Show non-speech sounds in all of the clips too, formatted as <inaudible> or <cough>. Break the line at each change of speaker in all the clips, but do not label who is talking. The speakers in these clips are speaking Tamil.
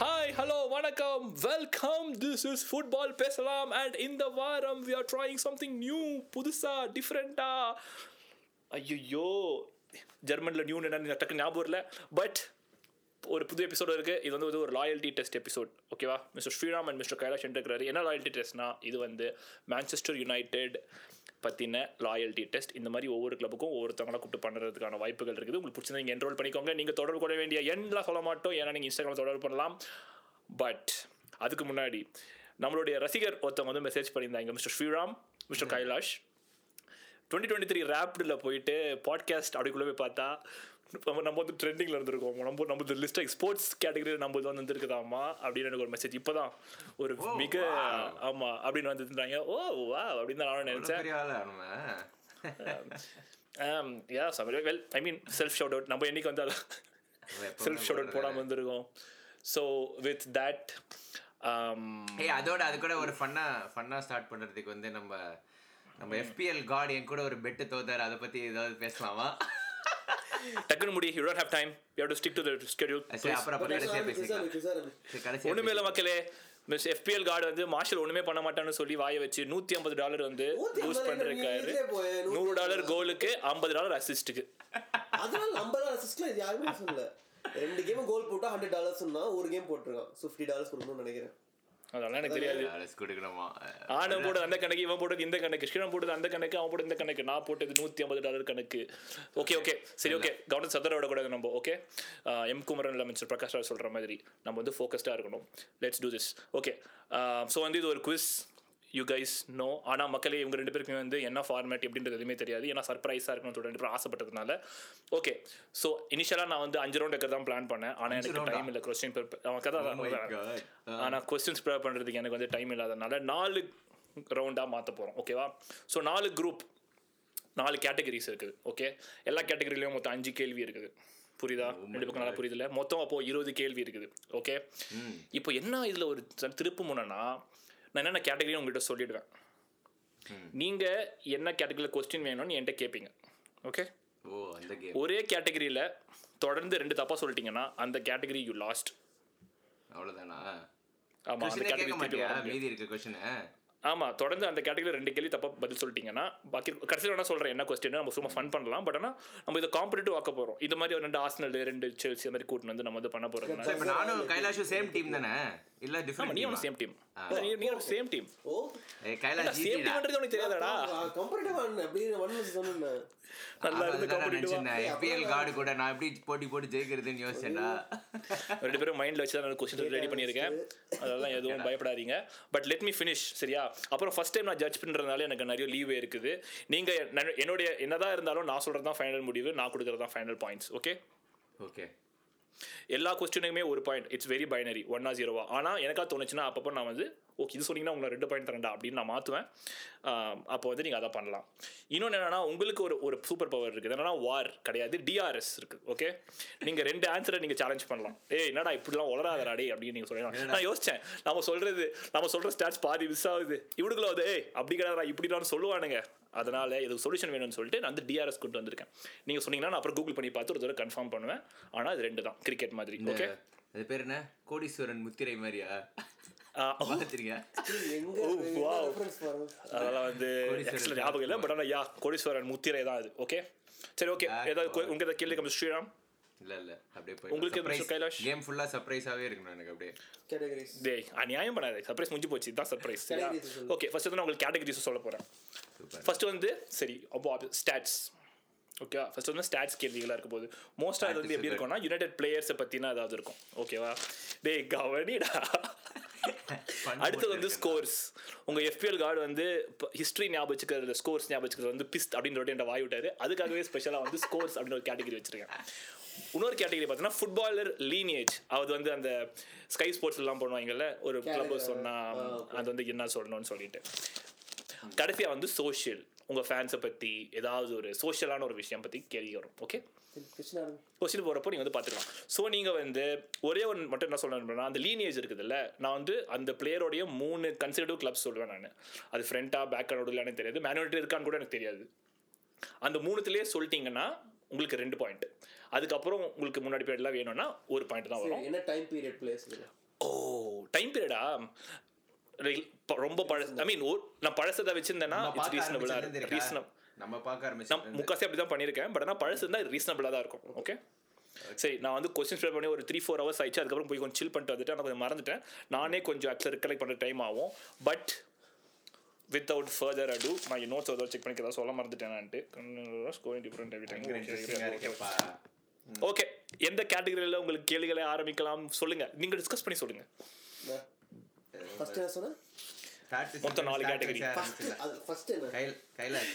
ஹாய் ஹலோ வணக்கம் வெல்கம் திஸ் இஸ் ஃபுட்பால் பேசலாம் அண்ட் இந்த வாரம் we are trying something new புதுசா டிஃப்ரெண்டா ஐயோ ஜெர்மனில் நியூ என்ன டக்கு ஞாபகம் வரல பட் ஒரு புது எபிசோடு இருக்குது இது வந்து ஒரு லாயல்ட்டி டெஸ்ட் எபிசோட் ஓகேவா mister Sriram and mister Kailash இருக்கிறாரு என்ன லாயல்ட்டி டெஸ்ட்னா இது வந்து மான்செஸ்டர் யுனைடெட் பற்றின லாயல்ட்டி டெஸ்ட் இந்த மாதிரி ஒவ்வொரு கிளப்புக்கும் ஒவ்வொருத்தவங்கள கூப்பிட்டு பண்ணுறதுக்கான வாய்ப்புகள் இருக்குது உங்களுக்கு பிடிச்சது நீங்கள் என்ரோல் பண்ணிக்கோங்க நீங்கள் தொடர்பு கொள்ள வேண்டிய எண்ணெலாம் சொல்ல மாட்டோம் ஏன்னா நீங்கள் இன்ஸ்டாகிராம் தொடர்பு பண்ணலாம் பட் அதுக்கு முன்னாடி நம்மளுடைய ரசிகர் ஒருத்தவங்க வந்து மெசேஜ் பண்ணியிருந்தாங்க mister Sriram mister Kailash twenty twenty three ரேப்டில் போயிட்டு பாட்காஸ்ட் அப்படிக்குள்ளே போய் பார்த்தா நம்ம நம்ம வந்து ட்ரெண்டிங்கில் இருந்திருக்கோம் நம்ம நம்ம லிஸ்ட் ஸ்போர்ட்ஸ் கேட்டகரியில் நம்ம இது வந்து வந்துருக்குதாமா அப்படின்னு எனக்கு ஒரு மெசேஜ் இப்போ தான் ஒரு
Oh,
மிக
wow.
ஆமாம் அப்படின்னு வந்துருந்தாங்க ஓ வா அப்படின்னு தான் நானும் நினச்சேன்
பெரிய ஆளா நம்ம
yeah summary well I mean self shout out நம்ம என்னைக்கு வந்து
<laughs>
செல்ஃப் ஷவுட் அவுட் போடாமல் வந்திருக்கோம் ஸோ வித் தட் um,
ஏய் அதோட அது கூட ஒரு ஃபன்னா ஃபன்னா ஸ்டார்ட் பண்றதுக்கு வந்து நம்ம நம்ம எஃபிஎல் காட் என் கூட ஒரு பெட்டு தோத்தார் அதை பத்தி ஏதாவது பேசலாமா
டக்குன்னு முடி you don't have time you have to stick to the schedule
சரி அப்புறம் அப்புறம் கடைசியா பேசிக்கலாம் சரி, கடைசியா
ஒண்ணுமே இல்ல மக்களே மிஸ் எஃபிஎல் கார்டு வந்து மார்ஷல் ஒண்ணுமே பண்ண மாட்டான்னு சொல்லி வாய வச்சு நூத்தி ஐம்பது டாலர் வந்து
150
யூஸ் பண்ணிருக்காரு
இதுலயே போய்
நூறு டாலர் கோலுக்கு ஐம்பது டாலர் அசிஸ்ட்டுக்கு
அதனால நம்ம தான் அசிஸ்ட்ல இது யாருமே சொல்லல ரெண்டு கேம் கோல் போட்டா ஹண்ட்ரட் டாலர்ஸ்னா ஒரு கேம் போட்டிருக்கான் ஸோ ஃபிஃப்டி டாலர்ஸ் கொடுக்கணும்னு நினைக்கிறேன்
அதெல்லாம் எனக்கு தெரியாது
பேசலாம். அலஸ் கொடுக்கணுமா
ஆனம் போட அந்த கணக்கு இவன் போட்டது இந்த கணக்கு ஸ்ரீராம் போட்டது அந்த கணக்கு அவன் போட்டது இந்த கணக்கு நான் போட்டது நூத்தி ஐம்பது டாலர் கணக்கு ஓகே ஓகே சரி ஓகே கவனம் சதர விடக்கூடாது நம்ம ஓகே எம் குமரன் இல்லை மிஸ்டர் பிரகாஷ் ராவ் சொல்ற மாதிரி நம்ம வந்து ஃபோக்கஸ்டாக இருக்கணும் let's do this okay so வந்து இது ஒரு குவிஸ் யூ கைஸ் நோ ஆனால் மக்களே இவங்க ரெண்டு பேருக்குமே வந்து என்ன ஃபார்மேட் எப்படின்றது எதுவுமே தெரியாது ஏன்னா சர்ப்ரைஸாக இருக்கணும் சொல்லிட்டு ரெண்டு பேரும் ஆசைப்பட்டதுனால ஓகே ஸோ இனிஷியலாக நான் வந்து அஞ்சு ரவுண்ட் தான் பிளான் பண்ணேன் ஆனால் எனக்கு
round ஆ?
டைம் இல்லை கொஸ்டின் அவன் கதை
Oh my
அதான்
God. ஆ.
ஆனால் கொஸ்டின்ஸ் ப்ரிப்பேர் பண்ணுறதுக்கு எனக்கு வந்து டைம் இல்லாதனால நாலு ரவுண்டாக மாற்ற போகிறோம் ஓகேவா ஸோ நாலு குரூப் நாலு கேட்டகரிஸ் இருக்குது ஓகே எல்லா கேட்டகரிலையும் மொத்தம் அஞ்சு கேள்வி இருக்குது புரியுதா ரெண்டு பக்கம் நல்லா புரியுதுல மொத்தம் அப்போது இருபது கேள்வி இருக்குது ஓகே இப்போ என்ன இதில் ஒரு த- திருப்பு முனைனா நான் என்னென்ன கேட்டகரியும் உங்கள்கிட்ட சொல்லிடுவேன் நீங்கள் என்ன கேட்டகரியில் கொஸ்டின் வேணும்னு என்கிட்ட கேட்பீங்க ஓகே
ஓ அந்த கேம்
ஒரே கேட்டகரியில் தொடர்ந்து ரெண்டு தப்பாக சொல்லிட்டீங்கன்னா அந்த கேட்டகரி யூ லாஸ்ட்
அவ்வளவுதானா
ஆமாம் அந்த
கொஸ்டின் கேட்க மாட்டியா
கேட்டகரி
மீதி இருக்க கொஸ்டின்
ஆமாம் தொடர்ந்து அந்த கேட்டகரியில் ரெண்டு கேள்வி தப்பாக பதில் சொல்லிட்டீங்கன்னா பாக்கி கடைசியில் வேணா சொல்கிறேன் என்ன கொஸ்டின் நம்ம சும்மா ஃபன் பண்ணலாம் பட் ஆனால் நம்ம இதை காம்படிட்டிவ் ஆக்க போகிறோம் இது மாதிரி ஒரு ரெண்டு ஆஸ்னல் ரெண்டு செல்சி அந்த மாதிரி கூட்டின்னு வந்து நம்ம வந்து பண்ண போகிறதுனால
இப்ப நானும் கைலாஷும் சேம் டீம் தானே இல்ல டிஃபரெண்ட்
நீ
டீம்
சேம் டீம் நீ சேம் டீம்
ஓ
ஏய் கைலாஷ்
சேம்
ஜிடிடா
டீம்ன்றது உனக்கு தெரியாதடா
கம்பெனிட்டிவ் ஆன் அப்படி ஒன் மிஸ் சொன்னேன்
நல்லா இருந்து காம்படிட்டிவ்
எஃபிஎல் கார்டு கூட நான் எப்படி போட்டி போட்டு ஜெயிக்கிறதுன்னு யோசிச்சேன்டா
ரெண்டு பேரும் மைண்டில் வச்சு தான் நான் கொஸ்டின் ரெடி பண்ணியிருக்கேன் அதெல்லாம் எதுவும் பயப்படாதீங்க பட் லெட் மீ ஃபினிஷ் சரியா அப்புறம் ஃபர்ஸ்ட் டைம் நான் ஜட்ஜ் பண்ணுறதுனால எனக்கு நிறைய லீவே இருக்குது நீங்கள் என்னுடைய என்னதான் இருந்தாலும் நான் சொல்கிறது தான் ஃபைனல் முடிவு நான் கொடுக்குறது தான் ஃபைனல் பாயிண்ட்ஸ் ஓகே
ஓகே
எல்லா கொஸ்டினுக்குமே ஒரு பாயிண்ட் இட்ஸ் வெரி பைனரி ஒன்னா ஜீரோவா ஆனால் எனக்கா தோணுச்சுன்னா அப்பப்போ நான் வந்து ஓகே இது சொன்னீங்கன்னா உங்களை ரெண்டு பாயிண்ட் தரேன்டா அப்படின்னு நான் மாற்றுவேன் அப்போ வந்து நீங்கள் அதை பண்ணலாம் இன்னொன்று என்னன்னா உங்களுக்கு ஒரு ஒரு சூப்பர் பவர் இருக்குது என்னன்னா வார் கிடையாது டிஆர்எஸ் இருக்குது ஓகே நீங்கள் ரெண்டு ஆன்சரை நீங்கள் சேலஞ்ச் பண்ணலாம் ஏய் என்னடா இப்படிலாம் உளராதடா டேய் அப்படின்னு நீங்கள் சொல்லலாம் நான் யோசிச்சேன் நம்ம சொல்கிறது நம்ம சொல்கிற ஸ்டாட்ஸ் பாதி மிஸ் ஆகுது இவனுக்குள்ள வந்து ஏய் அப்படி கிடையாதுடா இப்படிலாம் சொல்லுவானுங்க அதனால இதுக்கு சொல்யூஷன் வேணும்னு சொல்லிட்டு நான் வந்து டிஆர்எஸ் கொண்டு வந்திருக்கேன் நீங்கள் சொன்னீங்கன்னா நான் அப்புறம் கூகுள் பண்ணி பார்த்து ஒரு தடவை கன்ஃபார்ம் பண்ணுவேன் ஆனால் இது ரெண்டு தான் கிரிக்கெட் மாதிரி ஓகே
அது பேர் என்ன கோடீஸ்வரன் முத்திரை மாதிரியா பார்த்துருக்கியா
எங்க
Oh, wow.
ரெஃபரன்ஸ் பாருங்க
அதெல்லாம் வந்து
கோடீஸ்வரன்
actual ஞாபகம் இல்லை பட் ஆனால் யா கோடீஸ்வரன் முத்திரை தான் அது ஓகே சரி ஓகே ஏதாவது கொ- உங்க ஏதாவது கேள்வி கம்மி ஸ்ரீராம்
இல்ல இல்ல அப்படியே போய்
உங்களுக்கு Mr. கைலாஷ்?
கேம் ஃபுல்லா சர்ப்ரைஸாவே இருக்கணும் எனக்கு அப்படியே
கேட்டகரிஸ்
டேய் அநியாயம் பண்ணாதே சர்ப்ரைஸ் முடிஞ்சு போச்சு தான் சர்ப்ரைஸ்
Categories சொல்லு.
ஓகே ஃபர்ஸ்ட் வந்து நான் உங்களுக்கு கேட்டகரிஸ் சொல்ல போகிறேன்
சூப்பர்
ஃபர்ஸ்ட் வந்து சரி அப்போ ஸ்டாட்ஸ் ஓகேவா ஃபர்ஸ்ட் வந்து ஸ்டாட்ஸ் கேள்விகளாக இருக்கும் போது மோஸ்ட்டாக இது வந்து எப்படி
Participant.
இருக்கும்னா யுனைடெட் பிளேயர்ஸை பற்றினா ஏதாவது இருக்கும் ஓகேவா டேய் கவனிடா அடுத்தது வந்து ஸ்கோர்ஸ் உங்க எஃபிஎல் கார்டு வந்து ஹிஸ்டரி ஞாபகம் வச்சுக்கிறது ஸ்கோர்ஸ் ஞாபகம் வச்சுக்கிறது வந்து பிஸ்ட் அப்படின்னு என்ற வாய் விட்டாரு அதுக்காகவே ஸ்பெஷலாக வந்து ஸ்கோர்ஸ் அப்படின்னு ஒரு கேட்டகரி வச்சிருக்கேன் இன்னொரு கேட்டகரி பார்த்தீங்கன்னா ஃபுட்பாலர் லீனேஜ் அது வந்து அந்த ஸ்கை ஸ்போர்ட்ஸ்லாம் பண்ணுவாங்கல்ல ஒரு கிளப்
Category.
சொன்னா
ஆ,
அது வந்து என்ன சொல்லணும்னு சொல்லிட்டு கடைசியா வந்து சோஷியல் உங்க ஃபேன்ஸை பத்தி ஏதாவது ஒரு சோஷியலான ஒரு விஷயம் பத்தி கேள்வி வரும் ஓகே
கிருஷ்ணா
கொஸ்டின் போகிறப்போ நீங்கள் வந்து பார்த்துக்கலாம் ஸோ நீங்கள் வந்து ஒரே ஒன்று மட்டும் என்ன சொல்லணும்னா அந்த லீனியேஜ் இருக்குதுல்ல நான் வந்து அந்த பிளேயரோடைய மூணு கன்சிடர்டிவ் கிளப்ஸ் சொல்லுவேன் நான் அது ஃப்ரண்ட்டாக பேக்ரவுண்ட் இல்லைன்னு தெரியாது மேனுவல்ட்டி இருக்கான்னு கூட எனக்கு தெரியாது அந்த மூணுத்துலேயே சொல்லிட்டீங்கன்னா உங்களுக்கு ரெண்டு பாயிண்ட் அதுக்கப்புறம் உங்களுக்கு முன்னாடி பேர்லாம் வேணும்னா ஒரு பாயிண்ட் தான் வரும்
சரி என்ன டைம் பீரியட் பிளேஸ் இதுல
ஓ டைம் பீரியடா ரொம்ப பழசு ஐ மீன் நான் பழசதை வச்சிருந்தேன்னா
நம்ம
இட்ஸ்
பார்க்க
ரீசனபிளா
ஆரம்பிச்சதுலேருந்து இருக்கா?
ரீசனபிள்
நம்ம பார்க்க ஆரம்பிச்சு
முக்காசி அப்படி தான் பண்ணியிருக்கேன் பட் ஆனால் பழசு இருந்தால் ரீசனபிளாக தான் இருக்கும் ஓகே சரி நான் வந்து கொஸ்டின் ப்ரிப்பேர் பண்ணி ஒரு த்ரீ ஃபோர் ஹவர்ஸ் ஆயிடுச்சு அதுக்கப்புறம் போய் கொஞ்சம் சில் பண்ணிட்டு வந்துட்டு நான் கொஞ்சம் மறந்துட்டேன் நானே கொஞ்சம் ஆக்சுவலாக ரிகலெக்ட் பண்ணுற டைம் ஆகும் பட் வித்தவுட் ஃபர்தர் அடு நான் என் நோட்ஸ் செக் பண்ணிக்க ஏதாவது சொல்ல மறந்துட்டேன்ட்டு ஸ்கோரிங் டிஃப்ரெண்ட்
இன்ட்ரெஸ்டிங்காக இருக்கேப்பா
ஓகே Mm. எந்த கேட்டகரியில் உங்களுக்கு கேள்விகளை ஆரம்பிக்கலாம் சொல்லுங்க நீங்கள் டிஸ்கஸ் பண்ணி சொல்லுங்க
ஃபர்ஸ்ட் என்ன சொன்ன
மொத்தம் நாலு category.
ஃபர்ஸ்ட் அது ஃபர்ஸ்ட் என்ன
கையில் கைலாஷ்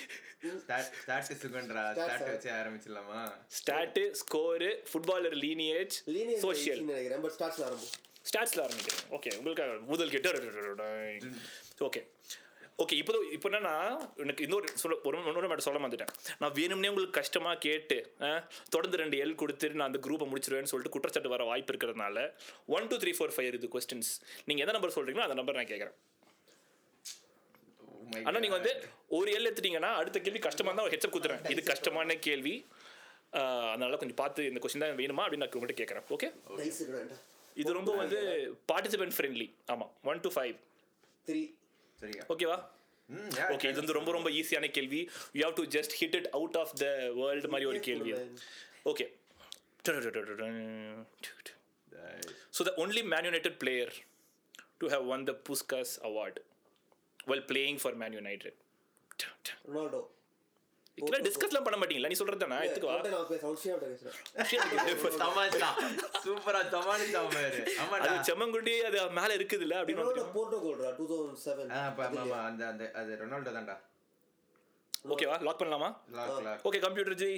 ஸ்டார்ட் ஸ்டார்ட் சுகன்றா
Start,
ஸ்டார்ட்
sir.
வச்சு ஆரம்பிச்சிடலாமா
start score footballer lineage
linear
social
social நினைக்கிறேன் பட் ஸ்டார்ட்ல ஆரம்பிச்சு
ஸ்டாட்ஸில் ஆரம்பிக்கிறேன் ஓகே உங்களுக்காக முதல் கேட்டு ஓகே ஓகே இப்போ இப்போ என்னன்னா எனக்கு இன்னொரு சொல்ல ஒரு இன்னொரு மட்டும் சொல்ல மாட்டேன் நான் வேணும்னே உங்களுக்கு கஷ்டமாக கேட்டு அஹ், தொடர்ந்து ரெண்டு எல் கொடுத்துட்டு நான் அந்த குரூப்பை முடிச்சிருவேன்னு சொல்லிட்டு குற்றச்சாட்டு வர வாய்ப்பு இருக்கிறதுனால one two three four five இது கொஸ்டின்ஸ் நீங்கள் எந்த நம்பர் சொல்கிறீங்களோ அந்த நம்பர் நான் கேட்குறேன்
Oh my
ஆனால் நீங்கள்
God.
வந்து ஒரு எல் எடுத்துட்டீங்கன்னா அடுத்த கேள்வி கஷ்டமாக தான் ஒரு ஹெச்சப் குத்துறேன் இது கஷ்டமான கேள்வி அஹ், அதனால கொஞ்சம் பார்த்து இந்த கொஸ்டின் தான் வேணுமா அப்படின்னு நான் உங்கள்கிட்ட கேட்குறேன் ஓகே
ரைஸ் வேண்டாம்
இது ரொம்ப வந்து பார்ட்டிசிபென்ட் ஃப்ரெண்ட்லி ஆமாம் ஒன் டு ஃபைவ்
த்ரீ
சரியா
ஓகேவா
ம், yeah,
ஓகே இது வந்து ரொம்ப ரொம்ப ஈஸியான கேள்வி you have to just hit it out of the world மாதிரி ஒரு கேள்வி okay
Nice.
So the only Man United player to have won the Puskas award well playing for Man United
Ronaldo
இதெல்லாம் டிஸ்கஸ்லாம் பண்ண மாட்டீங்களா நீ சொல்றது தானே எடுத்துக்கவா
அவன்கிட்ட நான் பேசுறேன் அவசியம் பேசுறேன்
தமாஷா. சூப்பரா தமாஷா பாரு. ஆமாடா.
அது செம்மங்குண்டி அது மேல இருக்குதுல்ல
ரொனால்டோ
அப்படின்னு
போர்ட்டோ கோல்ரா டூ தௌசண்ட் செவன்
ஆ, அப்ப ஆமா, ஆமா, அந்த அந்த அது ரொனால்டோ தான்டா
ஓகேவா லாக் பண்ணலாமா
lock, lock.
Okay computer G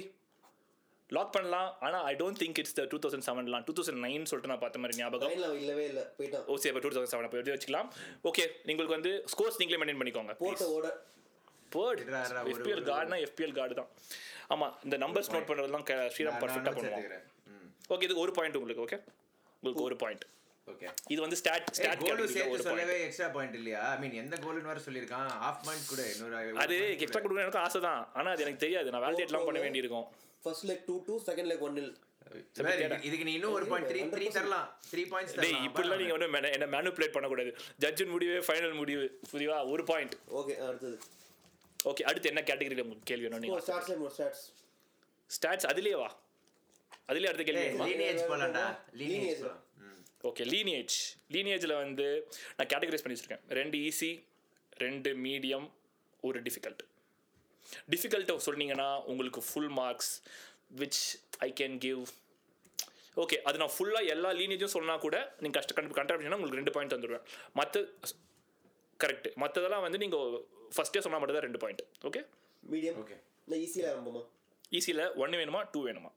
lock பண்ணலாம் ஆனா I don't think it's the two thousand செவன்லாம் டூ தௌசண்ட் நைன் சொல்லிட்டு நான் பார்த்த மாதிரி ஞாபகம்
லைன்ல இல்லவே இல்ல போயிட்டான்
Oh,
ஓ சரி டூ தௌசண்ட் செவன் போய் வச்சுக்கலாம் ஓகே உங்களுக்கு வந்து ஸ்கோர்ஸ் நீங்களே மெயின்டைன் பண்ணிக்கோங்க
போர்ட்டோ ஓட
பேர்ட்
இருடா, இருடா, ஒரு-
எஃபிஎல் கார்டுனா எஃபிஎல் கார்டு தான் ஆமா இந்த நம்பர்ஸ் நோட் பண்ணுறதுலாம் ஸ்ரீராம்
நான்
பர்ஃபெக்டாக
நானும்
பண்ணுவாங்க
சேர்த்துக்கிறேன். ம்,
ஓகே இது ஒரு பாயிண்ட் உங்களுக்கு ஓகே உங்களுக்கு ஒரு பாயிண்ட்
ஓகே.
இது வந்து ஸ்டாட்
ஏய்,
ஸ்டாட்
கோலு
ஒரு
சேர்த்து
பாயிண்ட்
சொல்லவே extra point இல்லையா? I mean, எந்த கோலுன்னு வேற சொல்லியிருக்கான். Half point கூட, இன்னொரு ஒரு
அது
point
எக்ஸ்ட்ரா
கூட.
கொடுக்கணும் எனக்கு ஆசை தான் ஆனா அது எனக்கு தெரியாது நான் வேலிடேட்லாம் பண்ண வேண்டியிருக்கும்
first leg two two second leg one nil
வேற இதுக்கு- இதுக்கு நீ இன்னும் ஒரு point, three- three தரலாம். Three points
டேய்
தரலாம்.
இப்படிலாம் நீங்க வந்து என்ன மேனுப்புலேட் பண்ணக்கூடாது ஜட்ஜின் முடிவு ஃபைனல் முடிவு புரியுதா ஒரு பாயிண்ட்
ஓகே அடுத்தது
ஓகே அடுத்து என்ன கேட்டகரியில் உங்களுக்கு கேள்வி வேணும்
ஓ
நீங்கள்
ஸ்டார்ட்ஸ் லைன் ஸ்டார்ட்ஸ்
ஸ்டாட்ஸ் அதுலேயே வா அதுலேயே அடுத்த கேள்வி
ஏய்,
இருக்குமா?
lineage போலாம்டா. Lineage
Lineage.
போலாம். ம்.
ஓகே லீனியேஜ் லீனியேஜில் வந்து நான் கேட்டகரைஸ் பண்ணி வச்சுருக்கேன் ரெண்டு ஈஸி ரெண்டு மீடியம் ஒரு டிஃபிகல்ட் டிஃபிகல்ட்டை சொன்னீங்கன்னா உங்களுக்கு full marks which I can give okay அது நான் ஃபுல்லாக எல்லா லீனியேஜும் சொன்னால் கூட நீங்கள் கஷ்ட கண்டு கண்டுபிடிச்சா உங்களுக்கு ரெண்டு பாயிண்ட் தந்துடுவேன் மற்ற கரெக்ட் மற்றதெல்லாம் வந்து நீங்கள் ஃபஸ்ட்டே சொன்னால் மட்டும் தான் ரெண்டு பாயிண்ட் ஓகே
மீடியம்
Okay.
நான் ஈஸியா ஆரம்பமா
ஈஸியில் ஒன்று வேணுமா டூ வேணுமா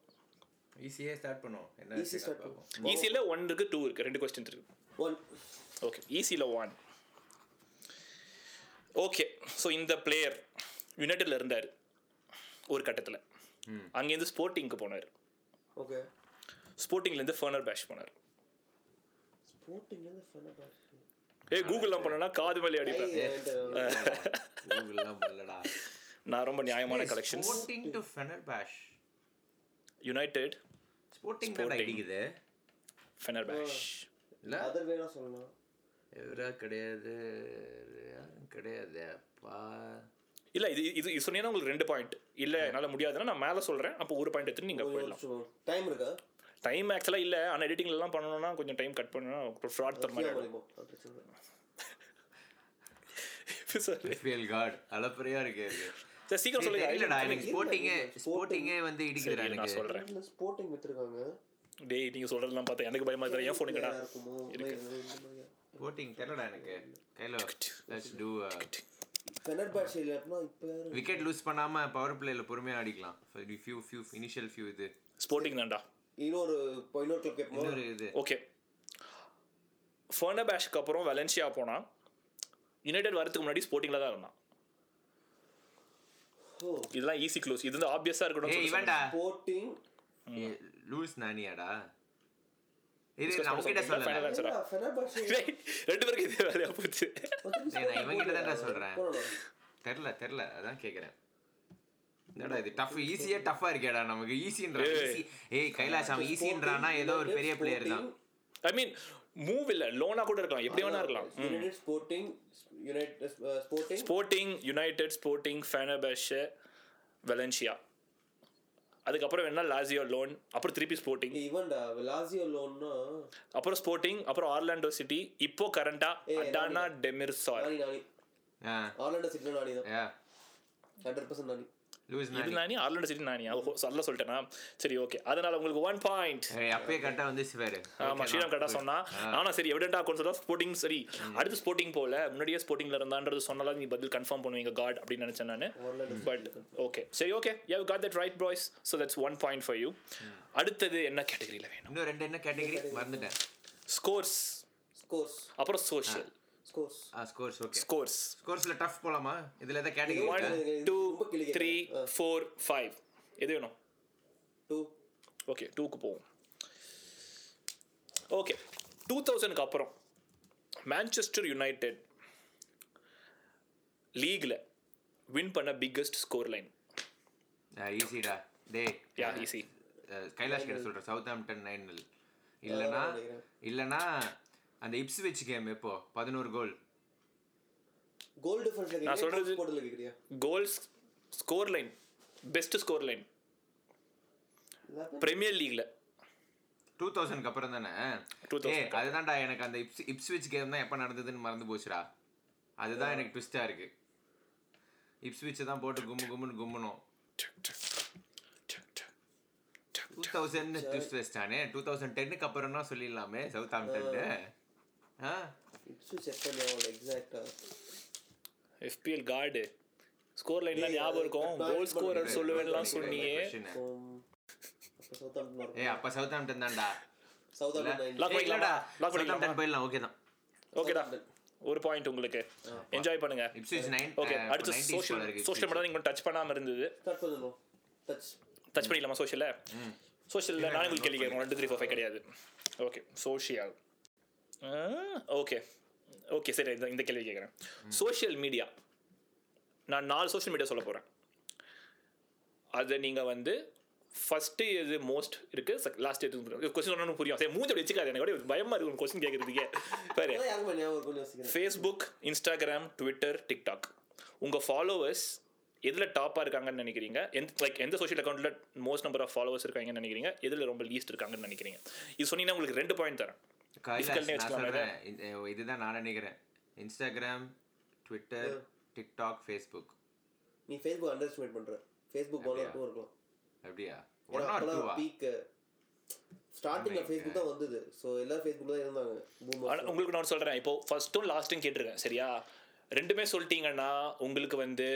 Easy ஆ start பண்ணுவோம். என்ன
ஈஸி
இருக்குன்னு
ஸ்டார்ட்
பார்ப்போம்.
ஈஸியில் ஒன் இருக்குது டூ இருக்குது ரெண்டு கொஸ்டின் இருக்குது
ஒன்
ஓகே ஈஸியில் ஒன் ஓகே ஸோ இந்த பிளேயர் யுனைடெடில் இருந்தார் ஒரு கட்டத்தில் அங்கேருந்து ஸ்போர்ட்டிங்க்கு போனார்
ஓகே
ஸ்போர்ட்டிங்லேருந்து ஃபர்னர் பேஷ் போனார்
ஸ்போர்ட்டிங்ல இருந்து ஃபன் பாத்து
ஏ கூகுள்லாம் பண்ணனா காது மேலே அடிப்பேன்
Google எல்லாம் பண்ணலடா.
நான் ரொம்ப நியாயமான
ஏய்,
collections
Sporting to Fenerbahce.
United
Sporting தான்டா
Sporting.
அடிக்குது.
ஃபெனர் பேஷ்
இல்ல?
அதர் வேணா சொல்லலாம்
இவரா கிடையாது, இவரு யாரும் கிடையாது. அப்பா.
இல்லை இது இது இது சொன்னீங்கன்னா உங்களுக்கு ரெண்டு பாயிண்ட் இல்லை என்னால் முடியாதுன்னா நான் மேலே சொல்கிறேன் அப்போ ஒரு பாயிண்ட் எடுத்துன்னு நீங்கள் போயிடலாம்
டைம் இருக்கா
டைம் ஆக்சுவலாக இல்லை ஆனால் எடிட்டிங்லாம் பண்ணணும்னா கொஞ்சம் டைம் கட் பண்ணணும் ஃப்ராட் தர மாதிரி
ஃப்ரீயா
ஆயிடும்.
பண்ணிப்போம் அது பிரச்சனை இல்ல.
<laughs> Sorry.
FPL God. அலப்பறையா இருக்கு இது.
சரி சீக்கிரம்
ஏய், தெரியலடா,
சொல்லுங்க
எனக்கு sporting-ஏ- sporting-ஏ வந்து இடிக்குதுடா
சரி, நான்
எனக்கு.
சொல்கிறேன்
இதுல ஸ்போர்ட்டிங் வித்துருக்காங்க
டேய் நீங்க சொல்றதெல்லாம் பார்த்தா எனக்கு பயமா இருக்கா ஏன் ஃபோன் கடா
யாரா இருக்குமோ இந்த மாதிரியா
Sporting தெரியலடா எனக்கு. கையில வா. Let's do a-
ஃபெனர்பாட்சி இல்லனா இப்ப யாரு
wicket lose பண்ணாம power playல பொறுமையா அடிக்கலாம். So, the few- few initial few இது.
ஸ்போர்ட்டிங் தான்டா
இன்னொரு இப்ப இன்னொரு கிளப் கேப்போம்
இன்னொரு இது.
ஓகே ஃபர்னபேஷ்க்கு அப்புறம் வெலன்சியா போனா யுனைடெட் வரதுக்கு முன்னாடி ஸ்போர்ட்டிங்ல தான் இருந்தான்
ஓ
இதெல்லாம் ஈஸி க்ளோஸ் இது வந்து ஆப்வியஸா இருக்கணும்
ஏய்,
சொல்லி
இவன்டா.
ஸ்போர்ட்டிங்
ஏய், லூஸ் நானியாடா? இரு,
Discuss
நான்
பண்ண
உன்கிட்ட
சொல்றீங்களா?
சொல்லல.
Final answer-ஆ?
ஃபெனர்பாட்சி
டேய், ரெண்டு பேருக்கு இதே வேலையா போச்சு
ஏய், நான் இவன்கிட்ட தான்டா சொல்றேன். தெரில தெரில அதான் கேக்குறேன் என்னடா இது டஃப் ஈஸியா டஃப்பா இருக்கேடா நமக்கு ஈஸின்ற ஈஸி ஏய் கைலாஷ் அவன் ஈஸின்றானா ஏதோ ஒரு பெரிய பிளேயர் தான்
ஐ மீன் மூவ் இல்ல லோனா கூட இருக்கலாம் எப்படி வேணா இருக்கலாம்
United Sporting United Sporting
Sporting United Sporting Fenerbahce Valencia அதுக்கப்புறம் என்ன லாசியோ லோன் அப்புறம் திருப்பி ஸ்போர்ட்டிங்
ஈவன்டா விலாசியோ லோன்னா
அப்புறம் ஸ்போர்ட்டிங் அப்புறம் ஆர்லாண்டோ சிட்டி இப்போ கரண்டா Adana Demir sir
Nani Nani
ஆ
ஆர்லாண்டோ சிட்டில நானி தான்
yeah
hundred percent Nani
loose
இது நானி ஆர்லாண்டோ சிட்டி நானி அது சொல்ல சொல்லிட்டேனா சரி ஓகே அதனால உங்களுக்கு ஒன் பாயிண்ட்
அப்பயே கரெக்டாக வந்து சிவாரு
ஆமா ஸ்ரீராம் கரெக்டா சொன்னா ஆனா சரி எவிடென்ட் அக்கௌண்ட் சொல்ல ஸ்போர்ட்டிங் சரி அடுத்து ஸ்போர்ட்டிங் போல முன்னாடியே ஸ்போர்ட்டிங்ல இருந்தான்றது சொன்னாலும் நீ பதில் கன்ஃபார்ம் பண்ணுவீங்க காட் அப்படின்னு நினைச்சேன் நான்
Orlando
பட் ஓகே சரி okay you have got that right boys so that's one point for you அடுத்தது என்ன கேட்டகரியில வேணும்
இன்னும் ரெண்டு என்ன கேட்டகரி மறந்துட்டேன்
ஸ்கோர்ஸ்
ஸ்கோர்ஸ்
அப்புறம் சோஷியல்
ஸ்கோர்ஸ்
ஆ ஸ்கோர்ஸ் ஓகே
ஸ்கோர்ஸ்
ஸ்கோர்ஸ்ல டஃப் போலாமா இதுல எதாவது கேட்டகரி
ஒன்
இருக்கா?
டூ
ரொம்ப கிளி கேட்டா.
த்ரீ
ஆ.
ஃபோர் ஃபைவ் எது வேணும்
டூ
ஓகே டூக்கு போவோம் ஓகே டூ தௌசண்ட்க்கு அப்புறம் மேன்செஸ்டர் யுனைடெட் லீக்ல வின் பண்ண பிக்கஸ்ட் ஸ்கோர் லைன்
ஆ ஈஸிடா டே
யா ஈஸி
கைலாஷ் கிட்ட சொல்றேன் சவுத் ஆம்டன் நைன் நல் இல்லனா
நினைக்கிறேன்.
இல்லனா அந்த இப்ஸ்விச் கேம் எப்போ பதினோரு கோல்
கோல் டிஃபரன்ஸ்ல கேக்குறியா
சொல்றது-
கோல் ஸ்போர்ட்ல கேக்குறியா
goals score line best score line Premier லீக்ல
டூ தௌசண்ட்க்கு அப்புறம் தானே
2000
ஏய் அதுதான்டா எனக்கு அந்த இப்ஸ் இப்ஸ்விச் கேம் தான் எப்போ நடந்ததுன்னு மறந்து போச்சுடா அதுதான் எனக்கு ட்விஸ்டாக இருக்கு இப்ஸ்விட்ச் தான் போட்டு கும்மு கும்முன்னு கும்மணும் டூ தௌசண்ட் ட்விஸ்ட் வச்சிட்டானே டூ தௌசண்ட் டென்னுக்கு அப்புறம்னா சொல்லிடலாமே சவுத் ஆம்டன்னு ஆ
இப்ஸு செக் பண்ணுவாங்க எக்ஸாக்ட்டா
எஃபிஎல் கார்டு ஸ்கோர் லைன்ல ஞாபகம் இருக்கும் கோல் ஸ்கோரர் சொல்லுவேன்லாம் சொன்னியே
சவுத்தாம்டன்
ஏ அப்போ சவுத் ஆம்டன் தான்டா
சவுத்தாம்டன்
Lock பண்ணிக்கலாமா?
இல்லடா
Lock
சவுத்
பண்ணிக்கலாமா?
ஆம்டன் போயிடலாம் ஓகே தான்
ஓகேடா ஒரு பாயிண்ட் உங்களுக்கு என்ஜாய் பண்ணுங்க
இப்ஸ்விச் நைன்
ஓகே அடுத்து சோஷியல் சோஷியல் மட்டும் நீங்க டச் பண்ணாம இருந்தது
ஸ்டார்ட் பண்ணணும் டச்
டச் பண்ணிக்கலாமா சோஷியல சோஷியல்ல நான் உங்களுக்கு கேள்வி கேட்கணும் one two three four five கிடையாது ஓகே சோஷியல் ஓகே ஓகே சரி இந்த இந்த கேள்வி கேட்குறேன் சோஷியல் மீடியா நான் நாலு சோஷியல் மீடியா சொல்ல போகிறேன் அதை நீங்கள் வந்து ஃபஸ்ட்டு எது மோஸ்ட் இருக்கு லாஸ்ட் எது கொஸ்டின் சொன்னாலும் புரியும் சரி மூஞ்சி அப்படி வச்சுக்காது எனக்கு அப்படியே பயமாக இருக்கும் கொஸ்டின் கேட்குறதுக்கே பாரு
அதான் யாருமே ஞாபகம் இருக்கும்னு யோசிக்கிறேன்
ஃபேஸ்புக் இன்ஸ்டாகிராம் ட்விட்டர் டிக்டாக் உங்கள் ஃபாலோவர்ஸ் எதில் டாப்பாக இருக்காங்கன்னு நினைக்கிறீங்க எந்த லைக் எந்த சோஷியல் அக்கௌண்ட்டில் மோஸ்ட் நம்பர் ஆஃப் ஃபாலோவர்ஸ் இருக்காங்கன்னு நினைக்கிறீங்க எதில் ரொம்ப லீஸ்ட் இருக்காங்கன்னு நினைக்கிறீங்க இது சொன்னீங்கன்னா உங்களுக்கு ரெண்டு பாயிண்ட் தரேன் difficult னே
கைலாஷ் நான்
வச்சுக்கலாமா இதை?
சொல்றேன் இந்த- இதுதான் நான் நினைக்கிறேன் இன்ஸ்டாகிராம் ட்விட்டர் டிக்டாக் ஃபேஸ்புக்
நீ ஃபேஸ்புக் அண்டர் எஸ்டிமேட் பண்ற ஃபேஸ்புக் ஒன் ஆர் டூ இருக்கலாம்
அப்படியா ஒன் ஆர் டூவா
ஏன்னா பீக் ஸ்டார்டிங்ல ஃபேஸ்புக் தான் வந்தது ஸோ எல்லாரும் ஃபேஸ்புக் தான் இருந்தாங்க
ஆனால்
பூமர்
உங்களுக்கு நான் சொல்கிறேன் இப்போ ஃபஸ்ட்டும் லாஸ்ட்டும் கேட்டிருக்கேன் சரியா ரெண்டுமே சொல்லிட்டீங்கன்னா உங்களுக்கு வந்து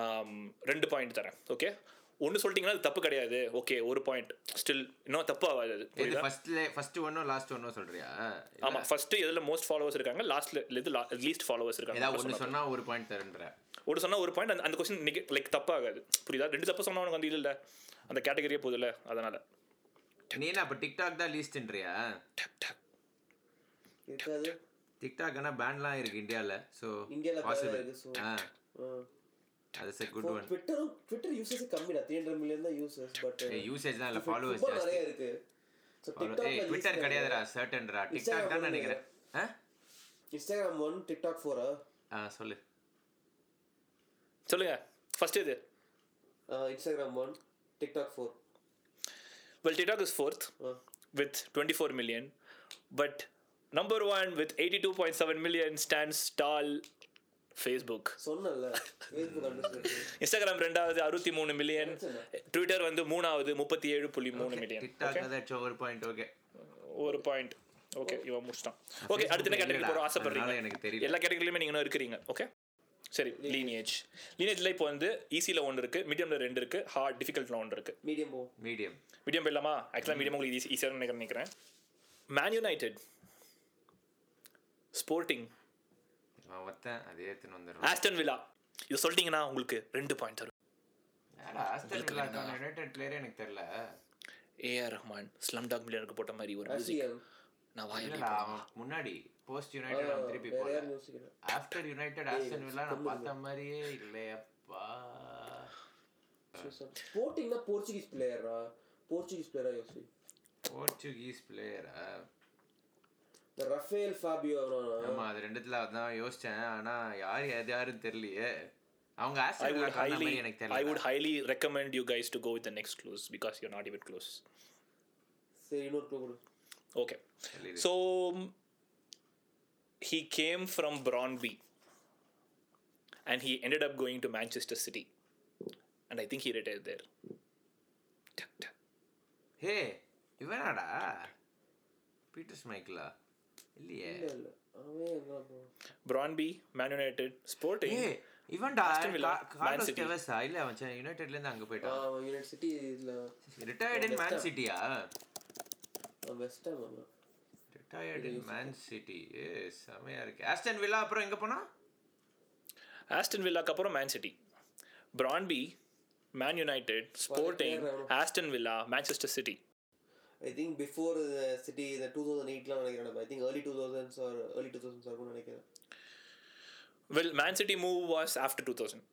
ஆம், ரெண்டு பாயிண்ட் தரேன் ஓகே ஒன்று சொல்லிட்டீங்கன்னா அது தப்பு கிடையாது ஓகே ஒரு பாயிண்ட் ஸ்டில் இன்னும் தப்பு ஆகாது அது.
இது
புரியுதா
ஃபர்ஸ்ட்ல ஃபர்ஸ்ட் ஒன்னோ லாஸ்ட் ஒன்னோ சொல்றியா இல்ல,
ஆமாம் ஃபஸ்ட்டு எதில் மோஸ்ட் ஃபாலோவர்ஸ் இருக்காங்க லாஸ்ட்ல எது லீஸ்ட் ஃபாலோவர்ஸ்
ஏதாவது
இருக்காங்க
ஒன்னு சொன்னா ஒரு பாயிண்ட் தரேன்ற
ஒரு சொன்னா ஒரு பாயிண்ட் அந்த கொஸ்டின் நிக லைக் தப்பாகாது புரியுதா ரெண்டு தப்பு சொன்னா உனக்கு வந்து இல்ல அந்த கேட்டகரியே போதில்ல அதனால
நீ என்ன அப்ப டிக்டாக் தான் லீஸ்ட்ன்றியா
டக் டக்
இருக்காது
டிக்டாக் ஆனா பேன்லாம் இருக்கு இந்தியால சோ
இந்தியால ban
பாசிபிள்
இருக்கு, so.
ஆ அது குட் ஒன்
ட்விட்டரும் ட்விட்டர் யூசர்ஸ் கம்மி தான் த்ரீ ஹண்ட்ரட் மில்லியன் தான் யூசர்ஸ் பட்
யூசேஜ் தான் இல்ல ஃபாலோவர்ஸ் ஜாஸ்தி
நிறைய இருக்கு ஸோ
Follow- ஏய் ட்விட்டர் கிடையாதுடா சர்டன்டா டிக்டாக் தான் நினைக்கிறேன் ஆ?
இன்ஸ்டாகிராம் ஒன் டிக்டாக் ஃபோரா
ஆ சொல்லு
சொல்லுங்க ஃபர்ஸ்ட் இது
Instagram one TikTok four
well TikTok is fourth with twenty four million but number one with eighty two point seven million stands tall Facebook
சொன்னல ஃபேஸ்புக் அண்டர்
இன்ஸ்டாகிராம் ரெண்டாவது அறுபத்தி மூணு மில்லியன் ட்விட்டர் வந்து மூணாவது முப்பத்தி ஏழு புள்ளி மூணு மில்லியன்
டிக்டாக் தான் ஒரு பாயிண்ட் ஓகே
ஒரு பாயிண்ட் ஓகே இவன் முடிச்சிட்டான் ஓகே அடுத்த என்ன கேட்டகரி போகிறோம் ஆசைப்படுறீங்க
Oh. எனக்கு தெரியல
எல்லா கேட்டகரியிலுமே நீங்கள் இன்னும் இருக்கிறீங்க ஓகே சரி லீனியேஜ் லீனியேஜில் இப்போ வந்து ஈஸியில் ஒன்று இருக்குது மீடியமில் ரெண்டு இருக்குது ஹார்ட் டிஃபிகல்ட்டில் ஒன்று இருக்குது
மீடியம் போ
மீடியம்
மீடியம் போயிடலாமா ஆக்சுவலாக மீடியம் உங்களுக்கு ஈஸி ஈஸியாக நினைக்கிறேன் நினைக்கிறேன் மேன் யுனைடெட் ஸ்போர்ட்டிங்
நான் ஒத்தன் அதே எடுத்துன்னு வந்துடுறோம்
ஆஸ்டன் வில்லா இது சொல்லிட்டீங்கன்னா உங்களுக்கு ரெண்டு பாயிண்ட் தரும்
ஏடா, ஆஸ்டன் வில்லாக்கான யுனைடெட் பிளேயர் எனக்கு தெரியல
ஏஆர் ரஹ்மான் ஸ்லம் டாக் மில்லியனுக்கு போட்ட மாதிரி ஒரு music.
ஆசியம்
நான் வாயில்
இல்லடா அவன் முன்னாடி போஸ்ட் யுனைடெட் அவன் திருப்பி
வேற
போல
யாரும் யோசிக்கல
ஆஃப்டர் யுனைடெட் ஆஸ்டன் வில்லா நான் பார்த்த மாதிரியே இல்லையப்பா
போட்டிங்னா போர்ச்சுகீஸ் பிளேயரா போர்ச்சுகீஸ் பிளேயரா யோசி
போர்ச்சுகீஸ் பிளேயரா
இந்த ரஃபேல் ஃபாபியோ
ஆமா அது ரெண்டுத்துல அதான் யோசிச்சேன் ஆனா யார் எது யாருன்னு தெரியலையே அவங்க
I would
ஆஸ்ட்ரேலியா காரணம்
highly,
மாதிரி எனக்கு
I would
தெரியல
highly recommend you guys to go with the next clues because you're not even close.
சரி இன்னொரு clue கொடு
Okay,
தெரியுது.
so um, he came from Brøndby, and he ended up going to Manchester City, and I think he retired there. Tuck, tuck.
Hey இவனாடா பீட்டர்ஸ் மைக்கிளா இல்லையே
இல்ல இல்ல அவன் எங்க போவான்
Brøndby, Man United, Sporting.
ஏ இவன்டா
Aston Villa,
கா- கார்லோஸ்
Man City.
டெவஸா இல்ல அவன் சென்னை யுனைடெட்ல இருந்து அங்க போயிட்டான்
அவன் யூனிட் சிட்டி இதுல
ரிட்டையர்ட் இன் மேன் சிட்டியா
வெஸ்ட் ஹாம் அவன்
ரிட்டையர்ட் இன் மேன் சிட்டி ஏ செமையா இருக்கு ஆஸ்டன் வில்லா அப்புறம் எங்க போனா
ஆஸ்டன் வில்லாக்கு அப்புறம் மேன் சிட்டி பிரான்பி Man United Sporting Aston Villa Manchester City
I think before City இந்த டூ தௌசண்ட் எயிட்லாம் நினைக்கிறேன் I think early two thousands or early two thousands இருக்கும்னு நினைக்கிறேன்
well Man City move was after two thousand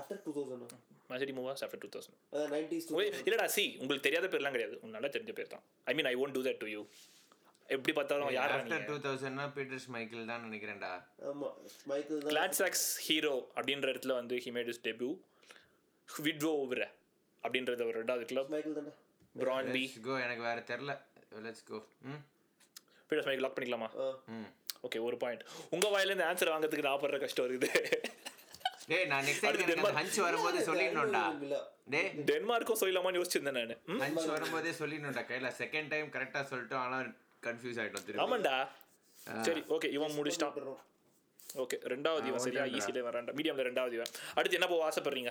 after two thousand
Man City move was after two thousand
அதான் நைன்டிஸ் டூ
இல்லடா சி உங்களுக்கு தெரியாத பேர்லாம் கிடையாது உங்களுக்கு நல்லா தெரிஞ்ச பேர் தான் I mean I won't do that to you எப்படி பார்த்தாலும் யார்
ஆஃப்டர் டூ தௌசண்ட்னா பீட்டர்ஸ் மைக்கேல் தான் நினைக்கிறேன்டா
ஆமா மைக்கேல் தான்
கிளாட்சாக்ஸ் ஹீரோ அப்படின்ற இடத்துல வந்து ஹி மேட் இஸ் டெபியூ விட்வோ ஓவர அப்படின்றது ஒரு ரெண்டாவது கிளப்
மைக்கேல் தான்டா
பிரான்பி
லெட்ஸ் கோ எனக்கு வேற தெரியல லெட்ஸ் கோ ம்
பீட்டர்ஸ் மைக் லாக் பண்ணிக்கலாமா
ஆ
ம்
ஓகே ஒரு பாயிண்ட் உங்க வாயிலேருந்து ஆன்சர் வாங்குறதுக்கு நான் படுற கஷ்டம் இருக்குது
டேய் நான் நெக்ஸ்ட் டைம் எனக்கு அந்த ஹஞ்ச் வரும்போது சொல்லிடணும்டா
இல்ல
டேய்
டென்மார்க்கும் சொல்லலாமான்னு யோசிச்சிருந்தேன் நானு ம்?
ஹஞ்ச் வரும்போதே சொல்லிடணும்டா கையில செகண்ட் டைம் கரெக்டா சொல்லிட்டோம் ஆனா கன்ஃபியூஸ் ஆயிட்டோம் திரும்ப
ஆமாண்டா சரி ஓகே இவன் முடிச்சிட்டான்
விட்டுறோம்.
ஓகே ரெண்டாவது இவன் சரியா ஈஸியில வரான்டா மீடியம்ல ரெண்டாவது இவன் அடுத்து என்ன போக ஆசைப்படுறீங்க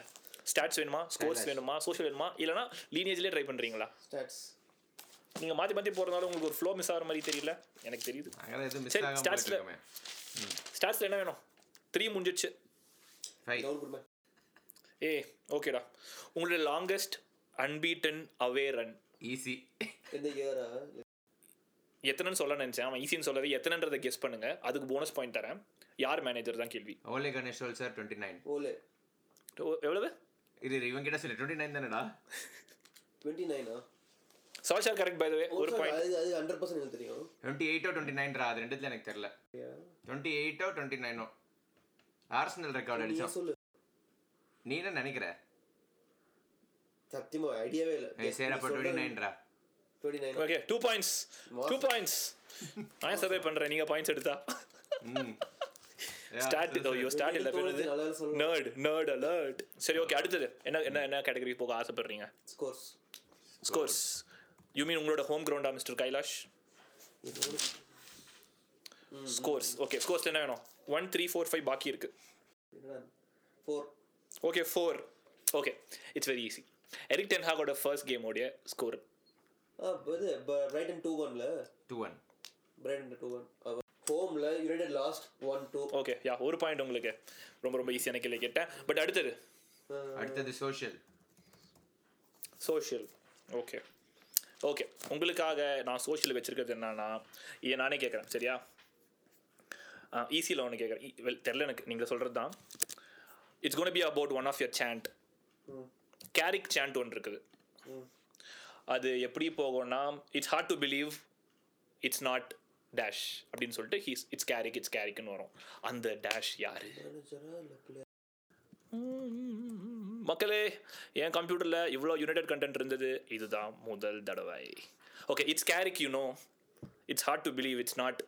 ஸ்டாட்ஸ் வேணுமா ஸ்கோர்ஸ் வேணுமா சோஷியல் வேணுமா இல்லனா லீனேஜ்லயே ட்ரை பண்றீங்களா
ஸ்டாட்ஸ்
நீங்க மாத்தி மாத்தி போறதுனால உங்களுக்கு ஒரு ஃப்ளோ மிஸ் ஆகிற மாதிரி தெரியல எனக்கு தெரியுது
அங்க எதுவும் மிஸ்
சரி,
ஆகாம
starts ல-
போயிட்டுமே
ஸ்டாட்ஸ்ல என்ன வேணும் த்ரீ முடிஞ்சிச்சு
ஃபைவ்
கவுண்ட் குட் மேன்
ஏ ஓகேடா உங்களோட longest unbeaten away run
easy
இந்த இயரா
எத்தனைன்னு சொல்ல நினைச்சேன் அவன் ஈஸின்னு சொல்லவே எத்தனைன்றதை கெஸ் பண்ணுங்க அதுக்கு போனஸ் பாயிண்ட் தரேன் யார் மேனேஜர் தான் கேள்வி
Ole Gunnar whole sir twenty nine
Ole
எவ்வ- எவ்வளவு
இது இவன் கிட்ட சொல்லி டுவெண்ட்டி நைன் தானடா
டுவெண்ட்டி நைனா
social correct by the way ஒரு பாயிண்ட்
அது அது ஹண்ட்ரட் பர்சன்ட் எனக்கு தெரியும்
டுவெண்ட்டி எயிட்டோ டுவெண்ட்டி நைன்ரா அது ரெண்டுத்துல எனக்கு தெரியல டுவெண்ட்டி எயிட்டோ டுவெண்ட்டி நைனோ ஆர்சனல் ரெக்கார்ட்
நீ
அடிச்சோம்
சொல்லு
நீ என்ன நினைக்கிற
சத்தியமா ஐடியாவே இல்ல
ஏய், சரி அப்போ டுவெண்ட்டி நைன்ரா
twenty nine
okay two points two points நான் சர்வே பண்றேன் நீங்க பாயிண்ட்ஸ் எடுத்தா
<laughs>
ஸ்டார்ட் இதோ ஐயோ ஸ்டார்ட் இல்ல பேருது
நல்லா சொல்லுங்க
நர்ட் நர்ட் அலர்ட் சரி ஓகே அடுத்தது என்ன என்ன என்ன கேட்டகரி போக ஆசைப்படுறீங்க
ஸ்கோர்ஸ்
ஸ்கோர்ஸ் யூ மீன் உங்களோட ஹோம் கிரவுண்டா mister Kailash scores okay scores என்ன வேணும் ஒன் த்ரீ ஃபோர் ஃபைவ் பாக்கி இருக்கு
என்னடா four
okay four okay it's very easy Eric டென்ஹாகோட ஃபர்ஸ்ட் கேமோடைய ஸ்கோர்
ஆ இப்ப இது பிரைட்டன் டூ ஒன்ல
two one
Brighton two one ஹோம்ல United lost one two
okay yeah ஒரு பாயிண்ட் உங்களுக்கு ரொம்ப ரொம்ப ஈஸியான கேள்வி கேட்டேன் பட் அடுத்தது
அடுத்தது சோஷியல்
சோஷியல் ஓகே ஓகே உங்களுக்காக நான் சோஷியல் வச்சிருக்கிறது என்னன்னா இதை நானே கேட்குறேன் சரியா ஈஸியில் ஒன்று கேட்குறேன் வெல் தெரில எனக்கு நீங்கள் சொல்கிறது தான் it's gonna be about one of your chant Carrick chant ஒன்று இருக்குது அது எப்படி போகும்னா it's hard to believe it's not dash அப்படின்னு சொல்லிட்டு ஹீஸ் இட்ஸ் கேரிக் இட்ஸ் கேரிக்னு வரும் அந்த டேஷ் யாரு
மேனேஜரா இல்ல பிளேயர்
மக்களே என் கம்ப்யூட்டரில் இவ்வளோ யுனைடெட் கண்டென்ட் இருந்தது இதுதான் முதல் தடவை okay it's Carrick you know it's hard to believe it's not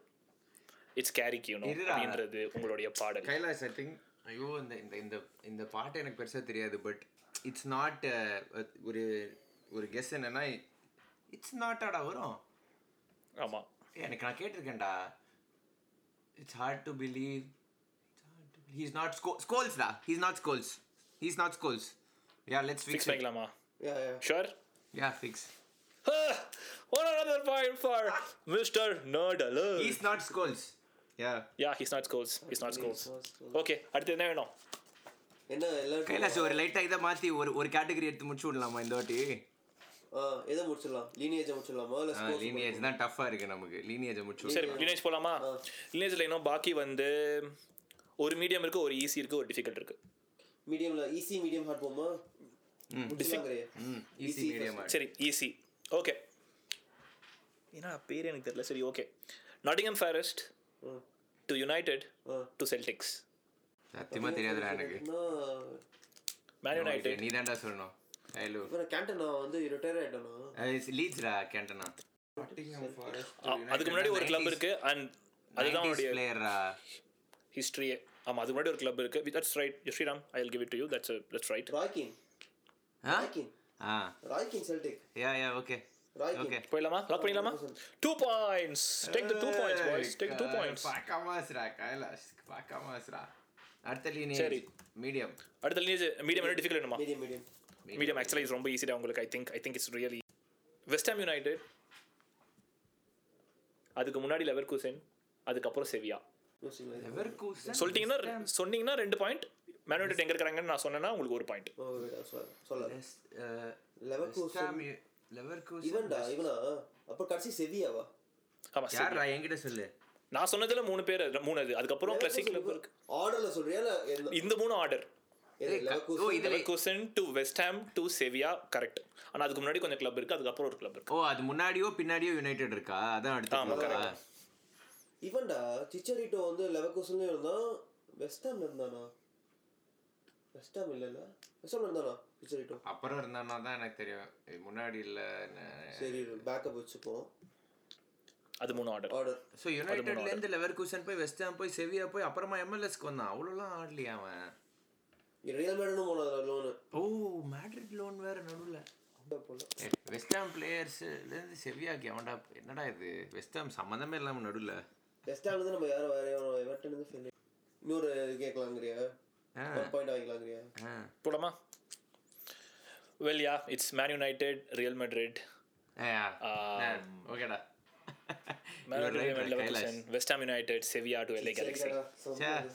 it's Carrick you know
இருடா.
அப்படின்றது உங்களுடைய பாடல்
கைலாஷ் ஐ திங்க் ஐயோ இந்த இந்த இந்த இந்த பாட்டு எனக்கு பெருசாக தெரியாது பட் இட்ஸ் நாட் uh, ஒரு ஒரு கெஸ் என்னன்னா இட்ஸ் நாட்டாடா வரும்
ஆமாம்
எனக்கு நான் கேட்டிருக்கேன்டா it's hard to believe he's not ஸ்கோ ஸ்கோல்ஸ்டா he's not Scholes he's not Scholes yeah let's
fix
fix
பண்ணிக்கலாமா
yeah yeah
sure
yeah fix
One another point for Mr. Nerd Alert.
He's not Scholes yeah
Yeah, he's not scores. He's not scores. Okay, அடுத்து என்ன வேணும்
என்ன எல்லாரும்
கைலாஷ் ஒரு லைட்டாக இதை மாற்றி ஒரு ஒரு கேட்டகரி எடுத்து முடிச்சு விடலாமா இந்த வாட்டி
ஆ எதை முடிச்சிடலாம் லீனியேஜ் முடிச்சிடலாமா இல்ல ஸ்கோர்
லீனியேஜ் தான் டஃப்பாக இருக்குது நமக்கு லீனியேஜை முடிச்சு விடலாம்.
சரி டினேஜ் போலாமா டினேஜில் இன்னும் பாக்கி வந்து ஒரு மீடியம் இருக்கு ஒரு ஈஸி இருக்கு ஒரு டிஃபிகல்ட் இருக்கு
மீடியம்ல ஈஸி மீடியம் ஹார்ட் போமா முடிச்சிடலாங்கறியே
ம் ஈஸி
Easy
மீடியம்
சரி ஈஸி ஓகே ஏன்னா பேர் எனக்கு தெரியல சரி okay Nottingham Forest to United
ஆ.
டு செல்டிக்ஸ்
சத்தியமா தெரியாதுடா எனக்கு
மேன் யுனைடெட்
நீ தான்டா சொல்லணும் ஐலோ
கேண்டனா வந்து ரிட்டையர் ஆயிட்டானா
லீட்ஸ்டா கேண்டனா
அதுக்கு முன்னாடி ஒரு கிளப் இருக்கு அண்ட் அதுதான் அவனுடைய
பிளேயர்ரா
ஹிஸ்டரியே ஆமா அதுக்கு முன்னாடி ஒரு கிளப் இருக்கு that's right Sriram I will give it to you that's that's right
Roy Keane Roy Keane
ஆ
Roy Keane Celtic
yeah yeah okay
Roy Keane
okay
போயிடலாமா லாக் பண்ணிடலாமா two points take the two points boys take two points
பார்க்காம வச்சுடா Uh, கைலாஷ் பார்க்காம வச்சுடா அடுத்த
சரி.
லீனேஜ் மீடியம்
அடுத்த லீனேஜ் மீடியம் என்ன டிஃபிகல்ட் என்னமா
மீடியம் மீடியம்
மீடியம் ஆக்சுவலி இது ரொம்ப ஈஸிடா உங்களுக்கு I think I think it's really West Ham United அதுக்கு முன்னாடி லெவர் குசன் அதுக்கப்புறம் செவியா
லெவர்கூசன்
சொல்லிட்டீங்கன்னா சொன்னீங்கன்னா ரெண்டு பாயிண்ட் மேன் யுனைடெட் எங்க இருக்காங்கன்னு நான் சொன்னேன்னா உங்களுக்கு ஒரு பாயிண்ட்
ஓ சொல்ல
uh,
லெவர்கூசன்.
லெவர்கூசன்
இவன்டா இவனா அப்ப கடைசி செவியாவா
ஆமா சரி
யாரா என்கிட்ட சொல்லு
நான் சொன்னதுல மூணு பேர் மூணு அது அதுக்கப்புறம் கிளாசிக் கிளப் இருக்கு
ஆர்டர்ல சொல்றியா இல்ல என்ன-
இந்த மூணு ஆர்டர்
என்ன,
ஏய், க- ஓ
லெவர்கூசன்
இதுல
Leverkusen to West Ham to Sevilla correct ஆனா அதுக்கு முன்னாடி கொஞ்சம் கிளப் இருக்கு அதுக்கப்புறம் ஒரு கிளப் இருக்கு
ஓ அது முன்னாடியோ பின்னாடியோ யுனைடெட் இருக்கா அதான்
ஆமா,
அடுத்து
இவன்டா சிச்சரிட்டோ வந்து லெவர்கூசன்ல இருந்தான் வெஸ்டாம் இருந்தானா வெஸ்டாம் இல்லல வெஸ்டாம் இருந்தானா சிச்சரிட்டோ
அப்புறம் இருந்தானா தான் எனக்கு தெரியும் இது முன்னாடி இல்ல
சரி பேக்கப் வச்சுப்போம்
அது மூணு ஆர்டர்
ஆர்டர்
ஸோ யுனைடெட்ல இருந்து லெவர்கூசன் போய் வெஸ்ட் ஹாம் போய் செவியா போய் அப்புறமா எம்எல்எஸ்க்கு வந்தான் அவ்வளோலாம் ஆடலையா அவன்
ரியல் மேடனும் போனது லோனு
ஓ மேட்ரிட் லோன் வேற நடுவில்
போல
வெஸ்ட் ஹாம் பிளேயர்ஸ்லேருந்து செவியாக்கு அவன்டா என்னடா இது வெஸ்ட் ஹாம் சம்மந்தமே இல்லாமல் நடுவில்
வெஸ்டாம் இருந்து நம்ம யாரும் வேற யாரும் எவர்டன் இருந்து ஃபெயில் இன்னொரு கேட்கலாங்கிறியா ஒரு பாயிண்ட் வாங்கிக்கலாங்கிறியா
போலாமா well yeah it's Man United Real Madrid
ஓகேடா
West Ham United Sevilla to எல்ஏ Galaxy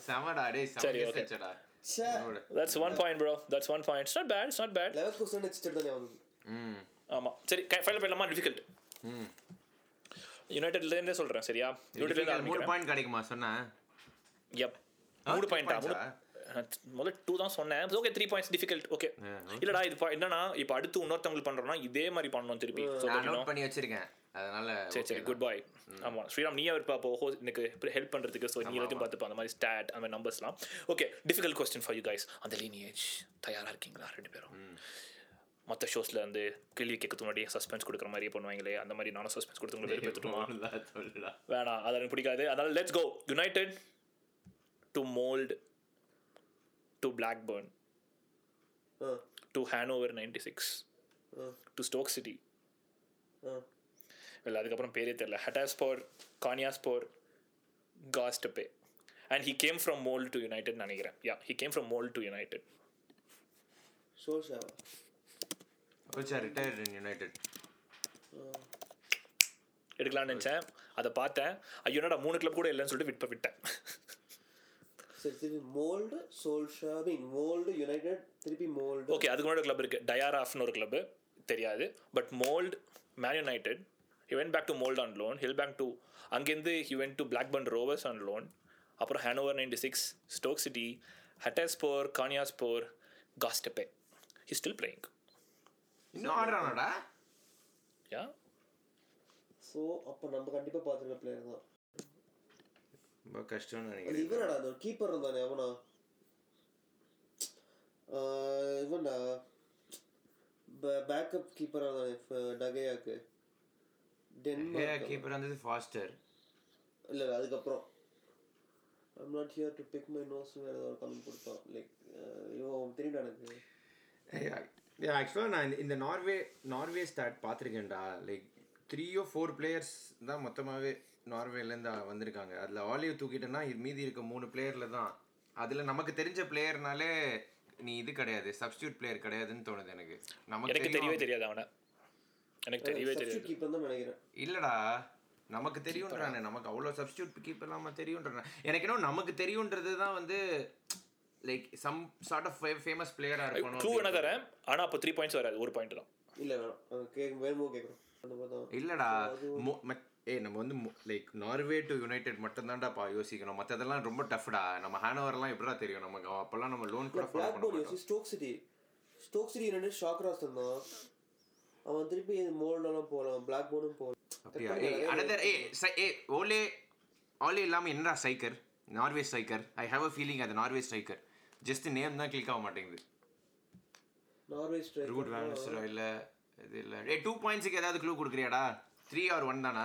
செமடா டேய்
சரி,
சரி
okay.
ஓகேடா
that's one point bro that's one point it's not bad it's not bad
Leverkusen சிச்சர் தான் ஞாபகம்
ம்
ஆமா சரி ஃபைனல் பண்ணலாமா டிஃபிகல்ட்
ம்
யுனைடெட்ல இருந்தே சொல்றேன் சரியா யுனைடெட்ல இருந்து
இதுக்கு மூணு
ஆரம்பிக்கிறேன்
பாயிண்ட் கிடைக்குமா சொன்னா
எப் மூணு
two
பாயிண்டா மூணு
points ஆ?
அஹ், முதல்ல டூ தான் சொன்னேன் okay three points difficult okay
Yeah, okay.
இல்லடா இது பா- என்னன்னா இப்போ அடுத்து இன்னொருத்தவங்களுக்கு பண்றோம்னா இதே மாதிரி பண்ணணும் திருப்பி So that
நான்
you know.
நோட் பண்ணி வச்சிருக்கேன் அதனால
சரி சரி குட் பாய் ஆமா ஸ்ரீராம் நீயே இருப்பா அப்போ ஹோ எனக்கு ஹெல்ப் பண்றதுக்கு ஸோ நீ எல்லாத்தையும் பார்த்துப்பா அந்த மாதிரி ஸ்டாட் அந்த மாதிரி நம்பர்ஸ்லாம் okay difficult question for you guys அந்த லீனியேஜ் தயாரா இருக்கீங்களா ரெண்டு பேரும் மற்ற ஷோஸ்ல இருந்து கேள்வி கேட்கறதுக்கு முன்னாடி சஸ்பென்ஸ் கொடுக்குற மாதிரி பண்ணுவாங்களே அந்த மாதிரி நானும் சஸ்பென்ஸ் கொடுத்து உங்களுக்கு
<laughs>
வெறுப்பேற்றுமா
சொல்லுடா
வேணாம் அது எனக்கு பிடிக்காது அதனால let's go United to Molde to Blackburn
ah
to Hannover ninety six
ah
to Stoke City
ஆ
இல்லை அதுக்கப்புறம் பேரே தெரில ஹட்டாஸ்போர் கானியாஸ்போர் காஸ்டபே and he came from Molde to United நினைக்கிறேன் yeah he came from Molde to United
சோஷாவா
ஓச்சா ரிட்டையர்ட் இன் யுனைடெட்
எடுக்கலாம்னு நினச்சேன் அதை பார்த்தேன் ஐயோ என்னடா மூணு கிளப் கூட இல்லைன்னு சொல்லிட்டு விட்டு விட்டேன் <laughs>
சரி திருப்பி Molde Solskjaer mean Molde United திருப்பி மோல்டு
ஓகே அதுக்கு முன்னாடி கிளப் இருக்குது டயாராஃப்னு ஒரு கிளப் தெரியாது but Molde Man United he went back to Molde on loan he'll back to அங்கேருந்து he went to Blackburn Rovers on loan அப்புறம் Hannover ninety six Stoke City ஹட்டாஸ்போர் கானியாஸ்போர் காஸ்டபே ஹி ஸ்டில் பிளேயிங்
இன்னும் ஆடுறானடா
யா
ஸோ அப்போ நம்ம கண்டிப்பாக பார்த்துருக்க பிளேயர் தான்
ரொம்ப கஷ்டம்னு
அது
நினைக்கிறேன்
இவனடா அது ஒரு கீப்பர் இருந்தானே அவனா ஆஹ் இவன்டா பேக்கப் கீப்பராக இருந்தானே டகையாக்கு டென்மார்க்
கீப்பர் வந்தது ஃபாஸ்டர்
இல்லை அதுக்கப்புறம் I'm not here to pick my nose வேறு ஏதோ ஒரு கமெண்ட் கொடுத்தான் லைக் இவன் தெரியும்டா எனக்கு
ஆக்சுவலாக நான் இந்த- இந்த நார்வே நார்வே ஸ்டாட் பார்த்துருக்கேன்டா லைக் த்ரீயோ ஃபோர் பிளேயர்ஸ் தான் மொத்தமாகவே நார்வேலேருந்து வந்திருக்காங்க அதில் ஆலிவ் தூக்கிட்டேன்னா இது மீதி இருக்க மூணு பிளேயரில் தான் அதில் நமக்கு தெரிஞ்ச பிளேயர்னாலே நீ இது கிடையாது சப்ஸ்டியூட் பிளேயர் கிடையாதுன்னு தோணுது எனக்கு
எனக்கு
நமக்கு
தெரியவே
தெரியும்
தெரியாது அவனை எனக்கு தெரியவே தெரியாது
சப்ஸ்டியூட் கீப்பர் தான் நினைக்கிறேன்
இல்லடா நமக்கு தெரியும்ன்றானே நமக்கு அவ்வளோ சப்ஸ்டியூட் கீப் இல்லாமல் தெரியும்ன்றானே எனக்கு என்ன நமக்கு தெரியுன்றது தான் வந்து like some sort of famous பிளேயராக இருக்கணும்
க்ளூ என்ன தரேன் ஆனா அப்போ த்ரீ பாயிண்ட்ஸ் வராது ஒரு பாயிண்ட் தான்
இல்லை வேணாம் அது கேட்க வேணுமோ கேட்குறோம் அந்த மாதிரி தான்
இல்லடா மொ- மத்- ஏய் நம்ம வந்து லைக் நார்வே டு யுனைடெட் மட்டும்தான்டாப்பா யோசிக்கணும் மற்றதெல்லாம் ரொம்ப டஃப்டா நம்ம ஹேனோவர்லாம் எப்படா தெரியும் நமக்கு அவன் அப்பெல்லாம் நம்ம லோன் கூட ஃபாலோ பண்ண
பிளாக்போர்ன்
மாட்டோம்
யோசி ஸ்டோக் சிட்டி ஸ்டோக் சிட்டி ரெண்டு ஷாக்ராஸ் இருந்தான் அவன் திருப்பி மோல்டெல்லாம் போகலாம் பிளாக் போனும் போகலாம்
அப்படியா ஏய் அனதர் ஏய் சை- ஏய் ஓலே ஓலே இல்லாமல் என்னடா சைக்கர் நார்வே சைக்கர் ஐ ஹாவ் அ ஃபீலிங் அது நார்வே சைக்கர் ஜஸ்ட் நேம் தான் கிளிக் ஆக மாட்டேங்குது
நார்வே ஸ்ட்ரைக்
ரூட் வேனிஸ்டரோ இல்லை இது இல்லை ஏ டூ பாயிண்ட்ஸுக்கு ஏதாவது க்ளூ கொடுக்குறியாடா த்ரீ ஆர் ஒன் தானா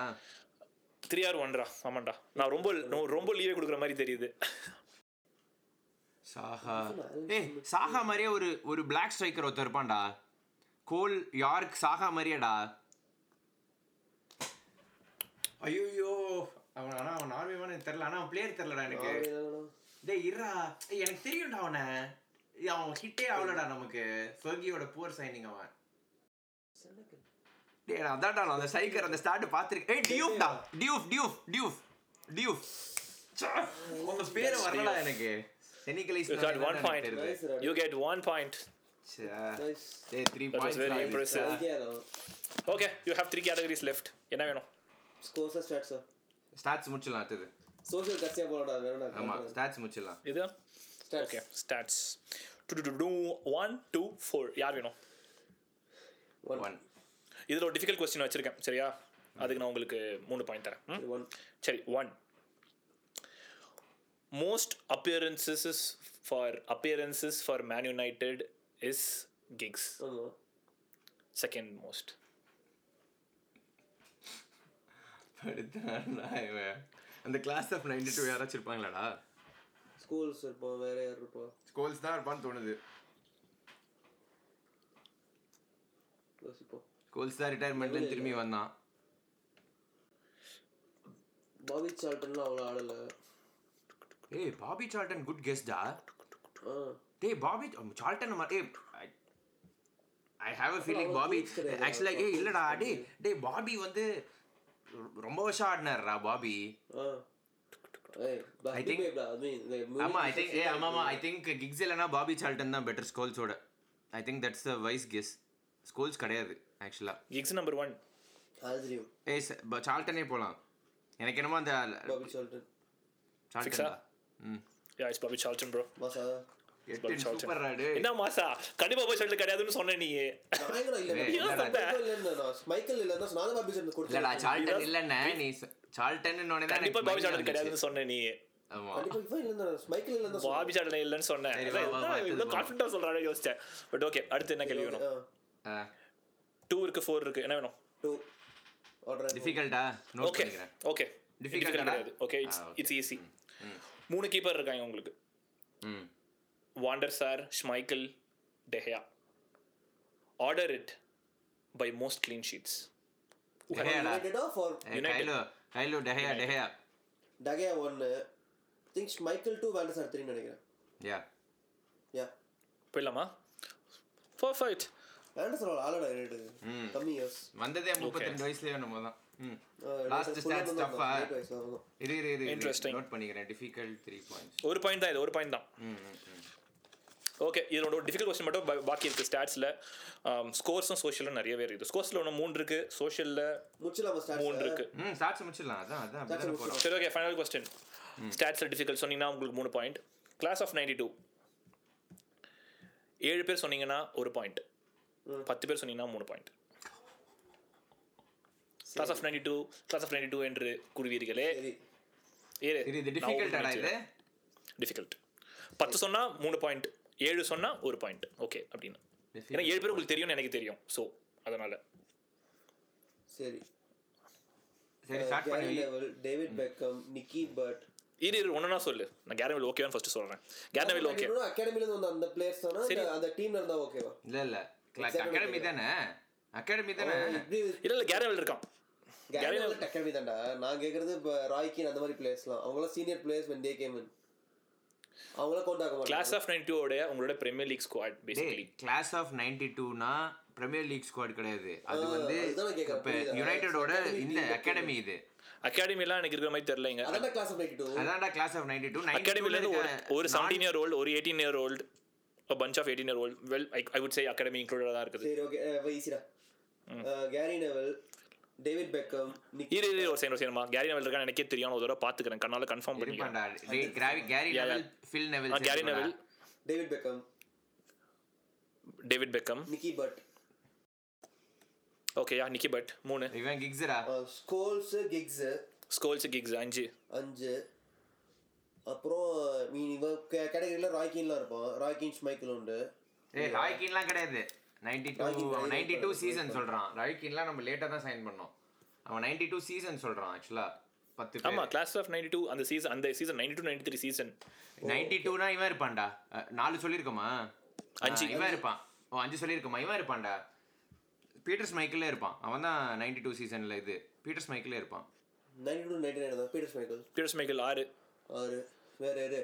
த்ரீ ஆர் ஒன்டா ஆமாண்டா நான் ரொம்ப நோ- ரொம்ப லீவே கொடுக்குற மாதிரி தெரியுது
சாஹா ஏய் சாஹா மாதிரியே ஒரு ஒரு பிளாக் ஸ்ட்ரைக்கர் ஒருத்தர் இருப்பான்டா கோல் யார்க் சாஹா மாதிரியேடா ஐயோ அவன் ஆனால் அவன் நார்வேவான தெரில ஆனால் அவன் பிளேயர் தெரிலடா எனக்கு டேய் இருடா ஏய், எனக்கு தெரியும்டா அவனை ஏய், அவன் ஹிட்டே ஆகலடா நமக்கு ஃபர்கியோட புவர் சைனிங் அவன் டேய் நான் அதான்டா நான் அந்த சைக்கர் அந்த ஸ்டார்ட் பார்த்துருக்கேன் ஏய் டியூஃப்டா டியூஃப் டியூஃப் டியூஃப் டியூஃப் ச்சே, உங்க பேரு வரலடா எனக்கு செனிகலைஸ்
You got one point. You get one point.
Nice
டேய் three
That was very impressive.
Points
Okay, you have three categories left. என்ன வேணும்
ஸ்கோர்ஸா ஸ்டாட்ஸா
ஸ்டாட்ஸ் முடிச்சிடலாம் அடுத்தது
சோஷியல் கட்சியா போலடா வேணா
ஆமா ஸ்டாட்ஸ் முடிச்சிடலாம்
இது
stats
okay stats two two two one two four யார் வேணும்
ஒன்
இதில் ஒரு டிஃபிகல்ட் கொஸ்டின் வச்சிருக்கேன் சரியா அதுக்கு நான் உங்களுக்கு மூணு பாயிண்ட் தரேன் ம்?
ஒன்
சரி one most appearances for appearances for Man United is Giggs
ஆமா
செகண்ட் மோஸ்ட்
படுத்தான்டா இவன் அந்த கிளாஸ் ஆஃப் நைன்டி டூ யாராச்சும் இருப்பாங்களாடா
ஸ்கூல்ஸ் இருப்போம் வேற யார் இருப்போம்
ஸ்கூல்ஸ் தான் இருப்பான்னு தோணுது
யோசிப்போம்
ஸ்கூல்ஸ் தான் ரிட்டையர்மெண்ட்ல திரும்பி வந்தான்
பாபி சால்டன்லாம் அவ்வளோ ஆடல
ஏய் பாபி சால்டன் குட் கெஸ்டா
ஆ
டேய் பாபி சால்டன் மாதிரி ஏய் I have a feeling Bobby ஆக்சுவலாக ஏய் இல்லடா டேய் டேய் பாபி வந்து ரொம்ப வருஷம் ஆடினார்ரா பாபி
ஆ
I
ஏய் பட்
think-
பேப்டா ஐ மீன் லைக் மூவி
ஆமா ஐ திங்க் ஏ ஆமா ஐ திங்க் கிக்ஸ் இல்லைனா பாபி சால்டன் தான் பெட்டர் ஸ்கோல்ஸோட I think that's the wise guess Scholes கிடையாது ஆக்சுவலா
கிக்ஸ் நம்பர் ஒன்
ஆல்ஜிரியம்
ஏய் ச- ப- சால்டனே போலாம் எனக்கு என்னமோ அந்த
பாபி சால்டன்
Fix-ஆ?
சால்டனா ம்
yeah is Bobby Charlton bro
மாசாதா
எட்டு
Charlton.
சூப்பர் ராடு
என்ன மாசா கண்டிப்பா பாபி சால்டன் கிடையாதுன்னு சொன்ன நீ
நாயகனா இல்ல
ஏய்,
இல்லடா.
மைக்கேல் இல்ல நான் மைக்கேல் இல்ல நான் நானும் பாபி சால்டன்
இல்லடா
கொடுத்தேன்
சால்டன் இல்லைண்ணே நீ ச- சால்டன்னு உடனே தான்
கண்டிப்பா பாபி
எனக்கு மைண்ட்
சால்டன்
வந்துச்சு.
கிடையாதுன்னு சொன்ன நீ
ஆமா
கண்டிப்பா இவன் இல்ல நான் மைக்கேல் இல்ல நான்
பாபி சால்டன் இல்லைன்னு சொன்னேன்
சரி, வா, வா, வா,
இவ்வளோ
அடுத்தது
கான்ஃபிடண்டா சொல்றாரு யோசிச்சேன் பட் ஓகே அடுத்து என்ன கேள்வி வேணும்
ஆ,
டூ இருக்கு ஃபோர் இருக்கு என்ன வேணும்
டூ ஆர்டர்
difficult-ஆ? note
ஓகே
பண்ணிக்கிறேன்.
ஓகே
Difficult
டிஃபிகல்ட்
தானா?
கிடையாது okay it's
ah, okay.
It's easy மூணு கீப்பர் இருக்காங்க உங்களுக்கு
ம்.
Van der Sar Schmeichel De Gea order it by most clean sheets
டெஹயாடா.
யுனைடெட் ஆ ஃபார்
ஏய், கைலோ, கைலோ, டெஹயா, டெஹயா.
டகே 1 திங்க்ஸ் மைக்கேல் 2 வேண்டஸ் ஆர் 3 நினைக்கிறேன்
Yeah.
யா
போயிடலாமா பர்ஃபெக்ட்
வேண்டஸ் ஆர் ஆல்ரெடி யுனைடெட் கம்மி இயர்ஸ்
வந்ததே 32 வயசுலயே என்னமோ தான். ம். Last stats stuff-ஆ? இரு, இரு, இரு, இரு.
Interesting.
note பண்ணிக்கிறேன். Difficult three points.
ஒரு பாயிண்ட் தான் இது ஒரு பாயிண்ட் தான்
ம், ம், ம்.
ஓகே இதோட ஒரு டிஃபிகல் கொஸ்டின் மட்டும் பா- பாக்கி இருக்குது ஸ்டாட்ஸில் Um, ஸ்கோர்ஸும் சோஷியலும் நிறையவே இருக்குது ஸ்கோர்ஸில் ஒன்று மூணு இருக்குது சோஷியலில்
முச்சலாமா ஸ்டார்ட்
மூணு இருக்கு
ம், stats முடிச்சிடலாம். அதான், அதான், அப்படிதானே போறோம்.
சரி ஓகே ஃபைனல் கொஸ்டின் ஸ்டாட்ஸில் டிஃபிகல்ட் சொன்னீங்கன்னா உங்களுக்கு மூணு point class of ninety two ஏழு பேர் சொன்னீங்கன்னா ஒரு பாயிண்ட்
ம்.
பத்து பேர் சொன்னீங்கன்னா மூணு point class of ninety two class of ninety two என்று கூறுவீர்களே
சரி
இரு, இது difficult-ஆடா இது?
டிஃபிகல்ட் பத்து சொன்னால் மூணு பாயிண்ட் ஏழு சொன்னால் ஒரு பாயிண்ட் ஓகே அப்படின்னு ஏன்னா ஏழு பேர் உங்களுக்கு தெரியும்னு எனக்கு தெரியும் ஸோ அதனால
சரி
சரி, start
Eh, Gary
பண்ணு.
Neville, David Beckham, Nicky Butt.
இரு இரு ஒன்றுனா சொல்லு நான் கேரனவில் ஓகேவான்னு ஃபர்ஸ்ட் சொல்கிறேன் கேரனவில் ஓகே
இன்னொரு academy ல இருந்து வந்த அந்த players தானா? இல்ல அந்த team ல இருந்தா okay வா?
இல்ல, இல்ல. Like, academy தானே? academy தானே?
Oh,
இப்படி
இல்லை இல்லை கேரனவில் இருக்கான்
Gary
Gary
Neville academy தான்டா. நான் கேக்குறது இப்ப Roy Keane அந்த மாதிரி players லாம். அவங்கெல்லாம் senior players when they came in. அவங்கெல்லாம் count ஆக மாட்டாங்க.
கிளாஸ் ஆஃப் நைன்டி டூவோட உங்களோட பிரீமியர் லீக் ஸ்குவாட்
டேய்,
பேசிக்கலி
class of 92 னா பிரீமியர் லீக் ஸ்குவாட் கிடையாது அது வந்து
அதுதான் நான் கேக்குறேன்.
இப்ப
புரியுதா?
யுனைடெடோட இந்த
Academy.
அகாடமி இது
அகாடமிலாம் எனக்கு இருக்கிற மாதிரி தெரியலங்க
அதான்டா class of 92.
அதான்டா கிளாஸ் ஆஃப் நைன்டி டூ
அகாடமில இருந்து ஒரு ஒரு செவன்டீன் இயர் ஓல்டு ஒரு eighteen year old a bunch of 18 year old well i, I would say academy included தான் இருக்குது
சரி, okay. அஹ் easy டா. Ah Eh, Gary Neville, David Beckham, Nicky
இரு இரு ஒரு சேன் ஒரு சேனமா கேரி நெவல் இருக்கான்னு எனக்கே தெரியும் ஒரு தடவை பாத்துக்கிறேன் கண்ணால கன்ஃபார்ம் பண்ணிக்கிறேன்
இருப்பான்டா டேய் கிராவி Gary
Yeah,
Neville Phil Neville
Gary Neville
David Beckham,
David Beckham
Nicky Butt.
ஓகேயா நிக்கி பட் மூணு
இவன் கிக்ஸரா
Ah. Eh, Scholes Giggs
Scholes Giggs அஞ்சு
அஞ்சு அப்புறம் மீன் இவன் கேட்டகரியில் ராய்கின்லாம் இருப்பான் ராய்கின் மைக்கேல் உண்டு
ஏய் ராய்கின்லாம் கிடையாது நைன்டி டூ
ராய்கின்
அவன்
Roy Keane
ninety two
Roy Keane
season சொல்கிறான் ராய்கின்லாம் நம்ம லேட்டாக தான் சைன் பண்ணோம் அவன் நைன்டி டூ சீசன் சொல்கிறான் ஆக்சுவலாக பத்து
ஆமா
பேர்
கிளாஸ் ஆஃப் நைன்டி டூ அந்த சீசன் அந்த season ninety two ninety three season
ninety டூனா இவன் இருப்பான்டா அஹ், நாலு சொல்லியிருக்கோமா
அஞ்சு.
அஞ்சு இவன் இருப்பான் ஓ அஞ்சு சொல்லியிருக்கோமா இவன் இருப்பான்டா பீட்டர்ஸ் மைக்கிளே இருப்பான் அவன் தான் நைன்டி டூ சீசனில் இது பீட்டர்ஸ் மைக்கிளே இருப்பான்
நைன்டி டூ நைன்டி நைன் தான் பீட்டர்ஸ் மைக்கேல்
பீட்டர்ஸ் மைக்கேல் ஆறு
ஆறு வேற யாரு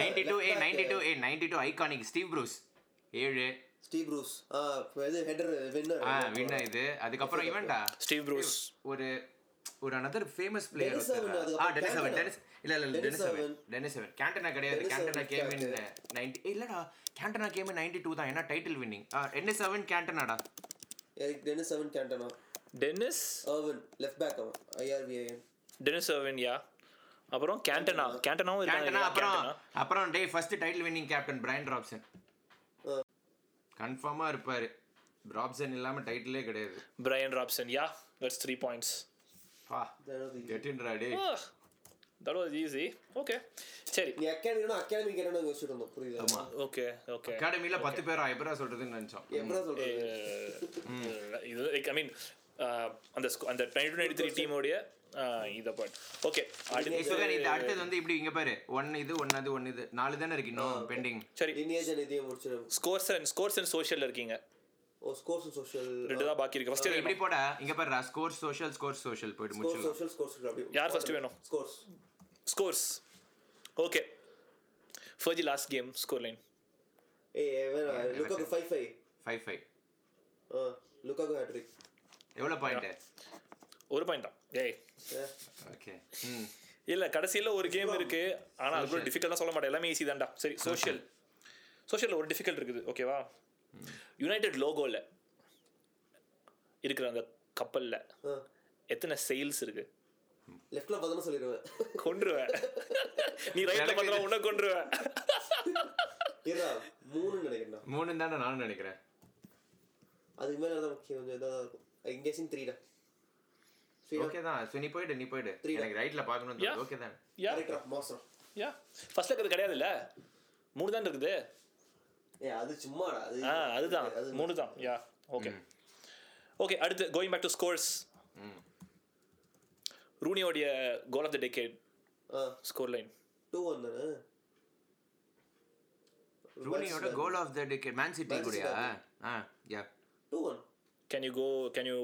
நைன்டி டூ ஏ நைன்டி டூ ஏ ninety two iconic Steve Bruce ஏழு
ஸ்டீவ் ப்ரூஸ் ஆ இது ஹெட்டர் வின்னர்
ஆ வின்னர் இது அதுக்கப்புறம் இவன்டா
ஸ்டீவ் ப்ரூஸ்
ஒரு ஒரு another ஃபேமஸ் பிளேயர்
டெனிஸ் அவன்
ஆ
அதுக்கப்புறம்
டெனிஸ் அவன்
கேண்டனா.
டெனிஸ் இல்ல இல்ல இல்ல,
டெனிஸ்
டெனிஸ் அவன்
அவன்.
டெனிஸ் அவன் கேண்டனா கிடையாது
டெனிஸ்
கேண்டனா
அவன்
கேம் இன்
கேட்டு.
90 இல்லடா கேண்டனா கேம் 92 தான் ஏன்னா டைட்டில் வின்னிங் டெனிஸ் அவன் கேண்டனாடா
எரிக் டெனிஸ் அவன் கேண்டனா
டென்னிஸ்
அவன் லெஃப்ட் பேக் அவன் ஐஆர்விஐஎன்
டென்னிஸ் அவன் யா அப்புறம் கேண்டனா கேண்டனாவும்
கேண்டனா
இருக்காங்க
அப்புறம்
கேண்டனா
அப்புறம் டேய் first title winning captain Bryan Robson
ஆ.
கன்ஃபார்மா இருப்பாரு ராப்சன் இல்லாம டைட்டிலே கிடையாது
Bryan Robson yeah that's three points
பா
தனது
கெட்டின்றா டேய்
தட் வாஸ் ஈஸி ஓகே சரி
நீ அகாடமினா அகாடமி கேட்டா யோசிச்சுட்டு இருந்தோம் புரியுதா
ஆமா
ஓகே ஓகே
அகாடமில பத்து பேரா எப்பரா சொல்றதுன்னு நினைச்சோம்
எப்படா சொல்றது
Uh, mm. இது லைக் ஐ மீன் அந்த squ- அந்த நைன்டி நைன்டி த்ரீ டீமோடைய uh, இதை பாயிண்ட் ஓகே
ஏய்,
அடுத்து
சுகன், இது அடுத்தது வந்து இப்படி இங்க பாரு ஒன்னு இது ஒன்னு அது ஒன்னு இது நாலு தானே இருக்கு இன்னும் பெண்டிங்
சரி
லினியேஜ் அண்ட் இதையும் முடிச்சிடும்
scores and scores and social இருக்கீங்க
ஓ ஸ்கோர்ஸ் அண்ட் சோஷியல்
ரெண்டு தான் பாக்கி இருக்கு ஃபர்ஸ்ட்
இப்படி போடா இங்க பாரு ஸ்கோர் சோஷியல் ஸ்கோர் சோஷியல் போயிட்டு
ஸ்கோர்ஸ்
முடிச்சிடலாம்
சோஷியல் ஸ்கோர்ஸ் அப்படி
யார் first வேணும்?
Scores
scores okay ஃபர்ஜி last game score line
ஏய் வேணா லுக்காக்கு 5 5
ஃபைவ் ஃபைவ்
ஆ லுக்காக்கு ஹாட்ரிக்
எவ்வளவு பாயிண்ட்
ஒரு பாயிண்ட் தான் ஏய்
ஓகே ம்
இல்ல கடைசியில ஒரு கேம் இருக்கு ஆனா அது கூட டிஃபிகல்ட்டா சொல்ல மாட்டேன் எல்லாமே ஈஸி தான்டா சரி சோஷியல் சோஷியல்ல ஒரு டிஃபிகல்ட் இருக்குது ஓகேவா யுனைடெட் லோகோல இருக்கிற அந்த கப்பல்ல
ஆ
எத்தனை செயல்ஸ் இருக்கு
லெஃப்ட்ல பார்த்தா சொல்லிடுவேன்
கொன்றுவேன் நீ ரைட்ல பண்ற உன்ன கொன்றுவேன்
இரா மூணு நினைக்கிறேன்
மூணு தானே நானும் நினைக்கிறேன்
அதுக்கு மேல தான் முக்கியம் கொஞ்சம் இதாக இருக்கும் ஐ கெஸிங் 3 டா
ஓகே தான் சோ நீ போயிடு நீ போயிடு
Three தான்.
எனக்கு ரைட்ல பாக்கணும்
Yeah.
ஓகே தான்
யா
கரெக்டா மோசம்
யா ஃபர்ஸ்ட்ல இருக்கிறது கிடையாதுல்ல மூணு தான் இருக்குது
ஏய் அது சும்மாடா அது
ஆ அதுதான் மூணு தான் யா ஓகே ஓகே அடுத்து கோயிங் பேக் டு ஸ்கோர்ஸ்
ம்
ரூனியோடைய கோல் ஆஃப் த டெக்கேட்
ஆ
ஸ்கோர் லைன்
2 1 தானே
ரூனியோட
uh,
goal of the decade Man City
Man City
கூடயா ஆ yeah
2 1
can you go can you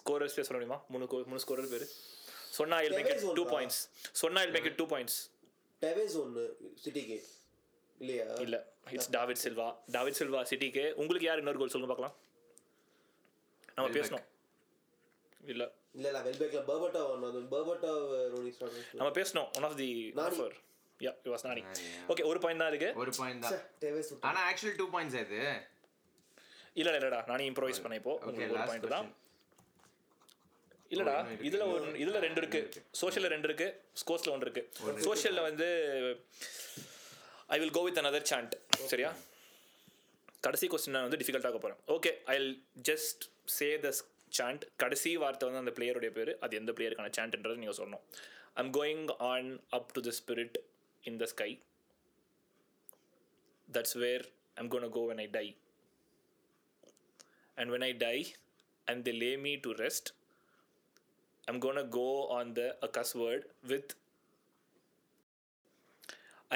scorers பேர் சொல்ல முடியுமா மூணு கோ- மூணு ஸ்கோரர் பேர் சொன்னா I'll make it
Tevez
two
ஒன்றா?
பாயிண்ட்ஸ் சொன்னா I'll make it two points
Tevez 1 சிட்டிக்கு இல்லையா
இல்ல it's David Silva David Silva சிட்டிக்கு உங்களுக்கு யார் இன்னொரு கோல் சொல்லுங்க பார்க்கலாம் நம்ம
Welbeck.
பேசணும் இல்ல
இல்ல இல்ல வெல்பேக்ல பர்பட்டா ஒன்னு அது uh, பர்பட்டா ரோனி ஸ்டார்ட்
நம்ம பேசணும் ஒன் ஆஃப் தி
நானி.
ஆஃபர் yeah it was Nani
Nani, yeah.
Okay ஒரு பாயிண்ட் தான் இருக்கு
ஒரு பாயிண்ட் தான்
டெவேஸ்
ஆனா ஆக்சுவல் டூ பாயிண்ட்ஸ் இது
இல்ல இல்லடா நானி இம்ப்ரோவைஸ் பண்ண இப்போ
ஓகே
உங்களுக்கு Oh, ஒரு
லாஸ்ட்
பாயிண்ட் தான்
கொஸ்டின்
இல்லடா
ஓ, இன்னும்
இதுல
இருக்கு.
ஒன்று இதுல ரெண்டு இருக்கு சோஷியல்ல ரெண்டு இருக்கு ஸ்கோர்ஸ்ல ஒன்று இருக்கு சோஷியல்ல வந்து I will go with another chant சரியா கடைசி கொஸ்டின் நான் வந்து டிஃபிகல்ட்டாக போறேன் okay I will just say the chant கடைசி வார்த்தை வந்து அந்த பிளேயருடைய பேர் அது எந்த பிளேயருக்கான சாண்ட்ன்றது நீங்க சொல்லணும் I'm going on up to the spirit in the sky that's where I'm gonna go when I die and when I die and they lay me to rest, I'm gonna go on the a cuss word with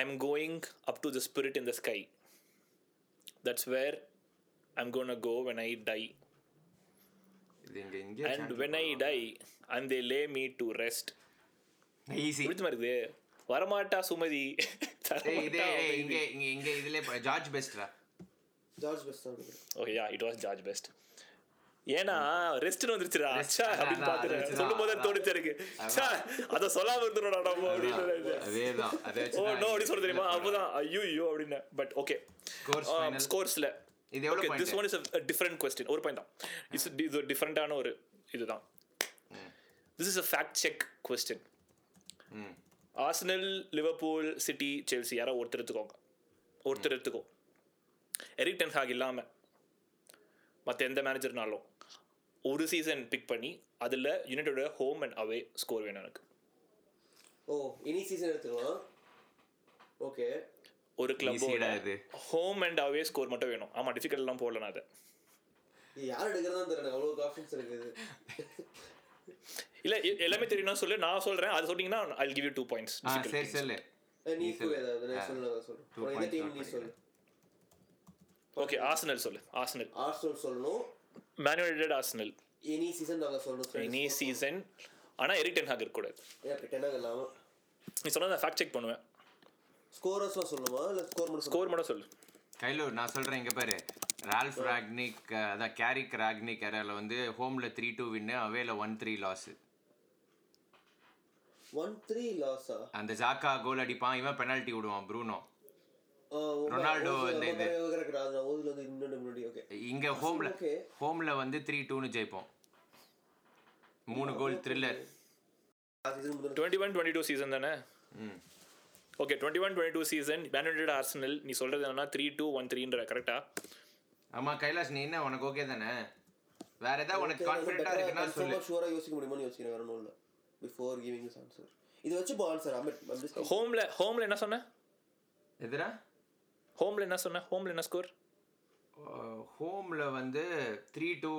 I'm going up to the spirit in the sky. That's where I'm gonna go when I die.
இது இங்க இங்க
And when I die and they lay me to rest.
Easy
புரிஞ்சு மாதிரி இருக்குது? வரமாட்டா சுமதி
டேய்
தரமாட்டா
இதே ஏய், இங்க
அமைதி.
இங்க இங்க இதுல ஜார்ஜ் பெஸ்ட்ரா
ஜார்ஜ் பெஸ்ட் தான்
Okay, Oh, yeah, it was George best. ஏன்னா ரெஸ்ட்னு வந்துருச்சுடா ச்சே, அப்படின்னு
அதான்,
பாத்துறேன்
அதான்,
சொல்லும் போதே
அதான்.
தோணுச்சு எனக்கு ச்சே, அதை சொல்லாம இருந்துடா நம்ம அப்படின்னு நினைச்சேன்.
அதேதான் அதே
ஓ நோ Oh, அப்படி சொல்றது தெரியுமா அப்பதான் ஐயோ ஐயோ அப்படின்னு but okay
scores
Um,
final
ஸ்கோர்ஸ்ல
இது எவ்வளவு
okay
point
this one is a different question ஒரு பாயிண்ட் தான் இட்ஸ் இது டிஃபரெண்டான ஒரு இதுதான் this is a fact check question
ம்
ஆர்சனல் லிவர்பூல் சிட்டி செல்சி யாரோ ஒருத்தர் எடுத்துக்கோங்க ஒருத்தர் எடுத்துக்கோ எரிக் டென்ஹாக் இல்லாம மற்ற எந்த மேனேஜர்னாலும் ஒரு சீசன் பிக் பண்ணி அதில் யுனைடோட ஹோம் அண்ட் அவே ஸ்கோர் வேணும் எனக்கு
ஓ இனி சீசன் எடுத்துக்கலாம் ஓகே
ஒரு
Easy-டா
கிளப்போட
இது.
ஹோம் அண்ட் அவே ஸ்கோர் மட்டும் வேணும் ஆமாம் டிஃபிகல்ட்லாம் போடல நான் அதை
யார் எடுக்கிறதா தெரியல அவ்வளோ ஆப்ஷன்ஸ்
<laughs>
இருக்குது
இல்லை எ- எல்லாமே தெரியும்னா சொல்லு நான் சொல்கிறேன் அது சொன்னீங்கன்னா I give you two points
ஆ சரி சொல்லு
அஹ் நீ
நீ
சொல்லு
சொல்லு.
ஏதாவது
ஆ.
நான் சொல்லு நான் சொல்றேன்
Two
உனக்கு எந்த
points
டீம்
note
நீ சொல்லு
ஓகே ஆர்சனல் சொல்லு ஆர்சனல்
ஆர்சனல் சொல்லணும்
மேனுவேட்டட் ஆர்சனல்
எனி சீசன் நாங்க சொல்லணும்
இனி சீசன் ஆனால் எரிக் டென்ஹாக் இருக்கக்கூடாது
எனக்கு டென்னாக இல்லாமல்
நீ சொன்னா நான் ஃபேக்ட் செக் பண்ணுவேன்
ஸ்கோரர்ஸ்லாம் சொல்லணுமா இல்லை ஸ்கோர் மட்டும்
ஸ்கோர் மட்டும் சொல்லு
கைலூர் நான் சொல்கிறேன் இங்கே பாரு ரால்ஃப் ராக்னிக் அஹ், அதான் கேரிக் ராக்னிக் எரால வந்து ஹோமில் த்ரீ டூ வின்னு அவேல one three loss
one three லாஸா
அந்த ஜாக்கா கோல் அடிப்பான் இவன் பெனால்ட்டி விடுவான் ப்ரூனோ ரொனால்டோ இந்த இது.
ஓதுல வந்து இன்னொன்று முன்னாடி ஓகே
இங்கே ஹோமில்
okay.
ஹோமில் வந்து த்ரீ டூன்னு ஜெயிப்போம் மூணு கோல் த்ரில்லர்
சீசன் முதல்
twenty one twenty two season தானே
ம்
okay twenty one twenty two season Man United Arsenal நீ சொல்கிறது என்னன்னா த்ரீ டூ ஒன் த்ரீன்ற கரெக்டா
ஆமாம் கைலாஷ் நீ என்ன உனக்கு ஓகே தானே வேற ஏதாவது உனக்கு கான்ஃபிடென்ட்டாக இருக்குன்னா சொல்லு
ஷூரா யோசிக்க முடியுமான்னு யோசிக்கிறேன் வேற ஒன்றும் இல்லை பிஃபோர் கிவிங் இஸ் ஆன்சர் இது வச்சு போ ஆன்சர் அமிட்
Oh.
ஹோமில் ஹோமில் என்ன சொன்ன
எதிரா
ஹோமில் என்ன சொன்ன ஹோமில் என்ன ஸ்கோர்
ஹோமில் வந்து த்ரீ டூ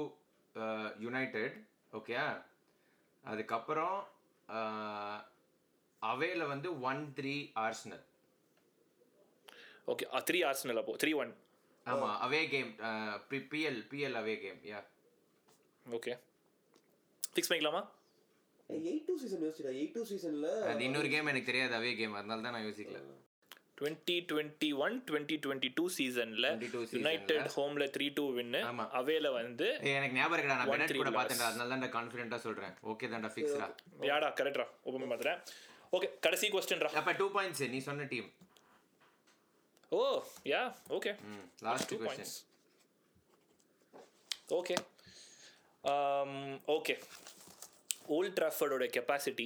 யுனைடெட் ஓகே அதுக்கப்புறம் அவேல வந்து one three Arsenal
okay three Arsenal அப்போ த்ரீ ஒன்
ஆமாம் away game PL PL away game yeah
okay fix பண்ணிக்கலாமா
எயிட் டூ சீசன் யோசிக்கிறா எயிட் டூ சீசனில்
அது இன்னொரு கேம் எனக்கு தெரியாது அவே கேம் அதனால தான் நான் யோசிக்கல
twenty twenty one twenty twenty two சீசனில்
22 season
யுனைடெட் ஹோமில் த்ரீ டூ வின்னு
ஆமா.
அவேல வந்து
ஏய், எனக்கு ஞாபகம் இருக்கடா நான்
One
பெனட்
three
கூட
loss.
பார்த்தேன்டா அதனால தான்டா கான்ஃபிடென்ட்டாக சொல்கிறேன் ஓகே தான்டா ஃபிக்ஸ்டா
யாடா கரெக்டா ஓப்பன் பண்ணுறேன் ஓகே கடைசி கொஸ்டின்ரா
அப்போ டூ பாயிண்ட்ஸ் நீ சொன்ன டீம்
ஓ யா ஓகே
ம் last
Two
question
points. Okay. Um, okay. Old ட்ராஃபர்டோட கெப்பாசிட்டி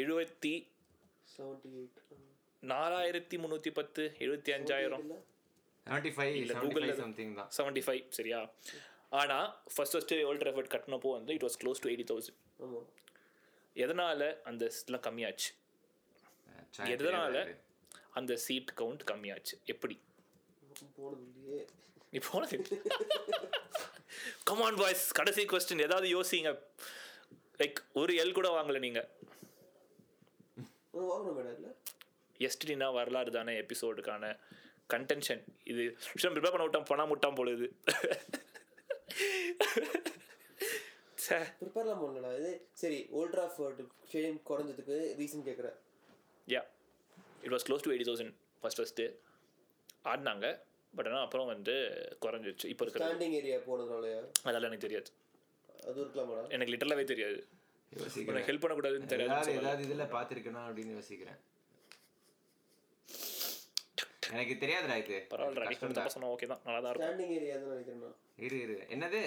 எழுபத்தி
செவன்ட்டி எயிட்
நாலாயிரத்தி முந்நூற்றி பத்து எழுபத்தி அஞ்சாயிரம்
செவன்ட்டி ஃபைவ் செவன்ட்டி
Google-ல
ஃபைவ்
தான்.
சம்திங் தான்
செவன்ட்டி ஃபைவ் சரியா ஆனால் ஃபர்ஸ்ட் ஃபஸ்ட்டு ஓல்ட் ட்ராஃபர்ட் கட்டினப்போ வந்து it was close to eighty thousand
ஆமாம்
எதனால் அந்த இதெல்லாம் கம்மியாச்சு எதனால அந்த சீட் கவுண்ட் கம்மியாச்சு எப்படி
போனது இல்லையே
நீ போனது கமான் பாய்ஸ் கடைசி கொஸ்டின் ஏதாவது யோசிங்க லைக் ஒரு எல் கூட வாங்கல நீங்கள்
ஒன்று வாங்கணும் மேடம் இல்லை
எஸ்டினா வரலாறு தானே எபிசோடுக்கான கண்டென்ஷன் இது விஷயம் ப்ரிப்பேர் பண்ண விட்டான் பணம் விட்டான் பொழுது
ப்ரிப்பேர்லாம் பண்ணலடா இது சரி ஓல்ட்ரா ஃபோர்ட் ஃபேம் குறைஞ்சதுக்கு ரீசன் கேட்குறேன்
yeah it was close to eighty thousand first first ஆடினாங்க பட் ஆனால் அப்புறம் வந்து குறைஞ்சிருச்சு இப்போ இருக்கிற
ஸ்டாண்டிங் ஏரியா போனதுனாலயா
அதெல்லாம் எனக்கு தெரியாது
அது இருக்கலாமாடா
எனக்கு லிட்டரலாகவே தெரியாது
யோசிக்கிறேன்
எனக்கு ஹெல்ப் பண்ணக்கூடாதுன்னு
எல்லாரும்
தெரியாது
ஏதாவது இதுல பார்த்துருக்கணும் அப்படின்னு யோசிக்கிறேன் எனக்கு தெரியாதுடா இது
பரவாயில்ல
கஷ்டம்
தப்பாக சொன்னா ஓகே தான் நல்லா தான் இருக்கும்
ஸ்டாண்டிங் ஏரியா தான் நினைக்கிறேன் நான்
இரு இரு என்னது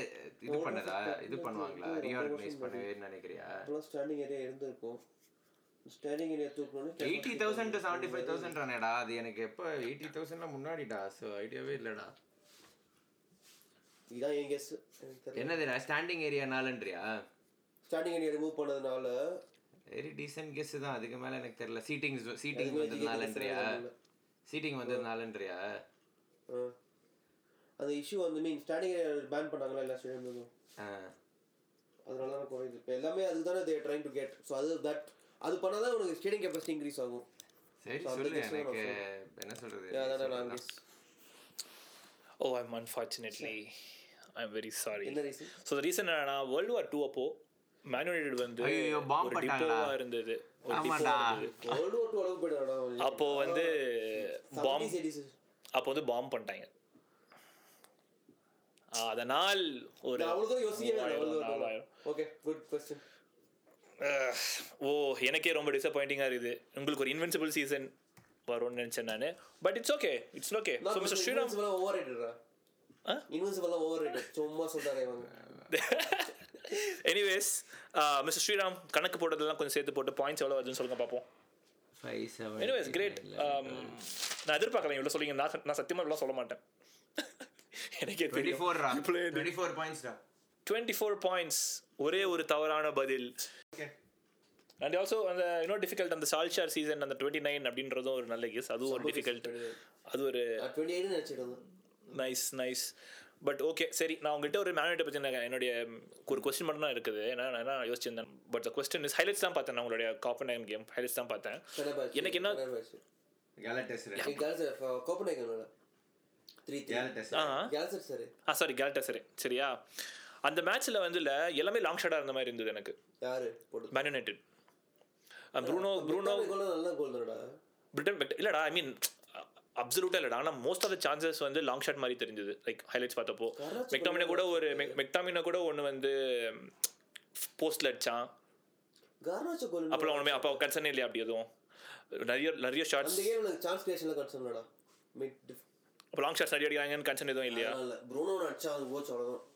இது பண்ணதா இது பண்ணுவாங்களா
ஒரு
ரீஆர்கனைஸ்
வருஷம்
பண்ணுவேன்னு நினைக்கிறியா
அப்போலாம் ஸ்டாண்டிங் ஏரியா இருந்திருக்கும் ஸ்டாண்டிங் ஏரியா தூக்கணும்னு
eighty thousand to seventy five thousand ரானேடா அது எனக்கு எப்போ எயிட்டி தௌசண்ட்லாம் முன்னாடிடா ஸோ ஐடியாவே இல்லைடா
இதான் என் கெஸ் எனக்கு தெரியல
என்னதுடா ஸ்டாண்டிங் ஏரியா நாலுன்றியா
ஸ்டாண்டிங் ஏரியா ரிமூவ் பண்ணதுனால
வெரி டீசென்ட் கெஸ் தான் அதுக்கு மேல எனக்கு தெரியல சீட்டிங் சீட்டிங்
அதுக்கு
வந்தது
மேல
நாலுன்றியா
இல்லை.
சீட்டிங் வந்தது நாலுன்றியா
ஆ. அந்த இஷ்யூ வந்து மீன் ஸ்டாண்டிங் ஏரியா பேன் பண்ணாங்களா எல்லா ஸ்டேடியம்
ஆ
அதனால தான் குறையுது இப்போ எல்லாமே அதுக்கு தானே they trying to get so அது தட் அது பண்ணால் தான் உனக்கு ஸ்டேடியம் கெப்பாசிட்டி இன்க்ரீஸ் ஆகும்
சரி
So, அந்த
சொல்லு
guess
எனக்கு
வரும்,
என்ன சொல்றது
அதான்
சொல்றேன்.
நான் guess
O I'm unfortunately I am very sorry
என்ன ரீசன்
ஸோ ரீசன் என்னன்னா வேர்ல்டு வார் டூ அப்போ மேனுவேட்டட் வந்து
ஐயையோ, bomb
ஒரு
போட்டாங்களா?
டிப்போவா இருந்தது ஒரு depot-ஆ
ஆமாடா.
இருந்தது.
வேர்ல்டு ஓட்டு அளவு போயிடுறாடா
அப்போ வந்து பாம்
செடிஸ்
அப்போ வந்து பாம் பண்ணிட்டாங்க அதனால் ஒரு
நான் அவ்வளோ யோசிக்கவே இல்லை
மூவாயிரம்,
வேர்ல்டு ஓட்டு
நாலாயிரம்.
ஓகே குட் கொஸ்டின்
அஹ், ஓ எனக்கே ரொம்ப டிசப்பாயிண்டிங்காக இருக்குது உங்களுக்கு ஒரு இன்வென்சிபிள் சீசன் வரும்னு நினச்சேன் நான் but it's okay it's okay so mister Sriram <laughs>
இன்வென்சிபிளாக over ரேட்டடா
ஆ?
இன்வென்சிபிளாக ஓவர் ரேட்டட் சும்மா சொல்கிறாரு இவங்க
எனிவேஸ் மிஸ்டர் ஸ்ரீராம் கணக்கு போட்டதெல்லாம் கொஞ்சம் சேர்த்து போட்டு பாயிண்ட்ஸ் எவ்வளோ வருதுன்னு சொல்லுங்க பார்ப்போம்
Five, seven,
anyways
eight,
great
nine, eleven, twelve.
நான் எதிர்பார்க்கல இவ்வளோ சொல்லுங்க நான் நான் சத்தியமாக இவ்வளோ சொல்ல மாட்டேன் <laughs> எனக்கே தெரியும்
24 ரா.
இப்பளே
24 points ரா.
டுவெண்ட்டி ஃபோர் பாயிண்ட்ஸ் ஒரே ஒரு தவறான பதில்
Okay.
அண்ட் ஆல்சோ அந்த இன்னொரு டிஃபிகல்ட் அந்த சால்ஷார் சீசன் அந்த டுவெண்ட்டி நைன் அப்படின்றதும் ஒரு நல்ல கேஸ் அதுவும் ஒரு டிஃபிகல்ட் அது ஒரு
டுவெண்ட்டி எயிட் நினச்சிடுங்க
நைஸ் நைஸ் பட் ஓகே சரி நான் உங்ககிட்ட ஒரு மேனேஜர் பற்றி நான் என்னுடைய ம், ஒரு கொஸ்டின் மட்டும் தான் இருக்குது ஏன்னா நான் என்ன யோசிச்சிருந்தேன் பட் கொஸ்டின் இஸ் ஹைலைட்ஸ் தான் பார்த்தேன் நான் உங்களுடைய காப்பன் நைன் கேம் ஹைலைட்ஸ் தான் பார்த்தேன் எனக்கு என்ன-
Galatasaray.
uh, கோப்பனேகனோட த்ரீ த்ரீ
ஆ
Galatasaray.
கேல்சர் சார்
ஆ சாரி கேரக்டா சரி சரியா அந்த மேட்ச்சில் வந்து இல்ல, எல்லாமே லாங் ஷாட்டாக இருந்த மாதிரி இருந்தது எனக்கு
யாரு போட்டு
man united Bruno Bruno
goal நல்ல கோல் தானடா
பிரிட்டன் பட் இல்லைடா ஐ மீன் அப்சல்யூட்டாக இல்லைடா ஆனால் மோஸ்ட் ஆஃப் த சான்சஸ் வந்து லாங் ஷாட் மாதிரி தெரிஞ்சது லைக் ஹைலைட்ஸ் பார்த்தப்போ
கராச்சி
மெக்டாமினா கூட ஒரு மெக்டாமினா கூட ஒன்று வந்து போஸ்டில் அடிச்சான்
கார்னாச்சோ கோல்
அப்புறம் அவனுமே அப்போ கன்சர்னே இல்லையா அப்படி எதுவும் நிறைய நிறைய ஷார்ட்ஸ்
அந்த கேம் எனக்கு சான்ஸ் கிரியேஷன்ல கன்சர்ன்டா மிட்
அப்போ லாங் ஷாட்ஸ் நிறைய அடிக்கிறாங்கன்னு கன்சர்ன் எதுவும் இல்லையா
இல்ல ப்ரூனோ அடிச்சா அது போச்சு அவ்வளவுதான்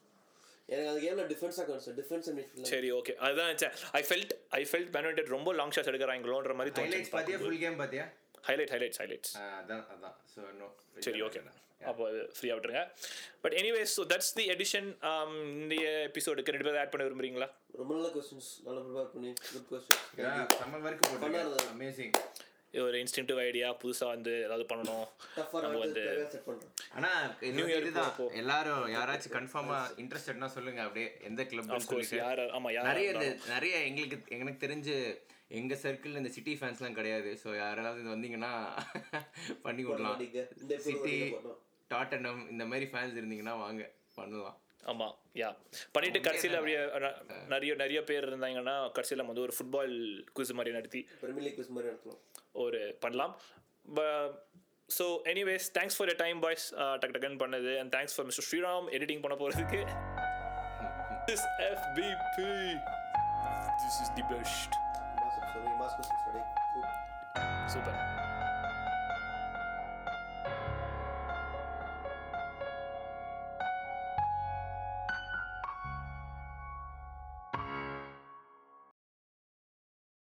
எனக்கு அந்த கேம்ல டிஃபென்ஸா கன்சர்ன் டிஃபென்ஸ் மிட்ஃபீல்ட்
சரி ஓகே அதுதான் ஐ ஃபெல்ட் ஐ ஃபெல்ட் மேனேட்டட் ரொம்ப லாங் ஷாட்ஸ் எடுக்கிறாங்களோன்ற மாதிரி
Highlights பாத்தியா
தோணுச்சு
ஃபுல் கேம் பாத்தியா
ஹைலைட் ஹைலைட்ஸ் ஹைலைட்ஸ்
ஆ, அதான் அதான் ஸோ நோ
சரி ஓகே அப்போ அது ஃப்ரீயாக விட்டுருங்க but anyway so that's the edition um, இந்த எபிசோடுக்கு ரெண்டு பேரும் ஆட் பண்ண விரும்புறீங்களா
ரொம்ப நல்ல கொஸ்டின்ஸ் நல்லா ப்ரிப்பேர் பண்ணி குட் கொஸ்டின்
செம்ம ஒர்க் போட்டு
பண்ணாரு.
அமேசிங்
இது ஒரு இன்ஸ்டிங்டிவ் ஐடியா புதுசாக வந்து ஏதாவது பண்ணணும்
டஃபா
நம்ம வந்து
செட் பண்றோம்
ஆனா இன்னும்
Year
இதுதான்
போறப்போ.
எல்லாரும் யாராச்சும் கன்ஃபார்மா இன்ட்ரெஸ்டட்னா சொல்லுங்க அப்படியே எந்த
ஆஃப் கோர்ஸ்
கிளப்
யார் ஆமாம் யார்
நிறைய இந்த
இருந்தாலும்.
நிறைய எங்களுக்கு எனக்கு தெரிஞ்சு எங்க சர்க்கிள் இந்த சிட்டி ஃபேன்ஸ்லாம் கிடையாது ஸோ யாராவது இது வந்தீங்கன்னா <laughs> பண்ணி விடலாம்
நீங்க இந்த
சிட்டி
எபிசோட்
டாட்டனம் இந்த மாதிரி ஃபேன்ஸ் இருந்தீங்கன்னா வாங்க பண்ணலாம்
ஆமா யா பண்ணிட்டு கடைசியில் அப்படியே ந- நிறைய நிறைய பேர் இருந்தாங்கன்னா கடைசியில் நம்ம வந்து ஒரு ஃபுட்பால் குவிஸ் மாதிரி நடத்தி
பிரீமியர் லீக் குவிஸ் மாதிரி நடத்துறோம்
ஒரு பண்ணலாம் so anyways thanks for your time boys Uh, டக் டக்குன்னு பண்ணது and thanks for mister Sriram editing பண்ண <laughs> போகிறதுக்கு திஸ் எஃபிபி this is the best
mask சொல்லி மாஸ்க் சொல்லி
சூப்பர்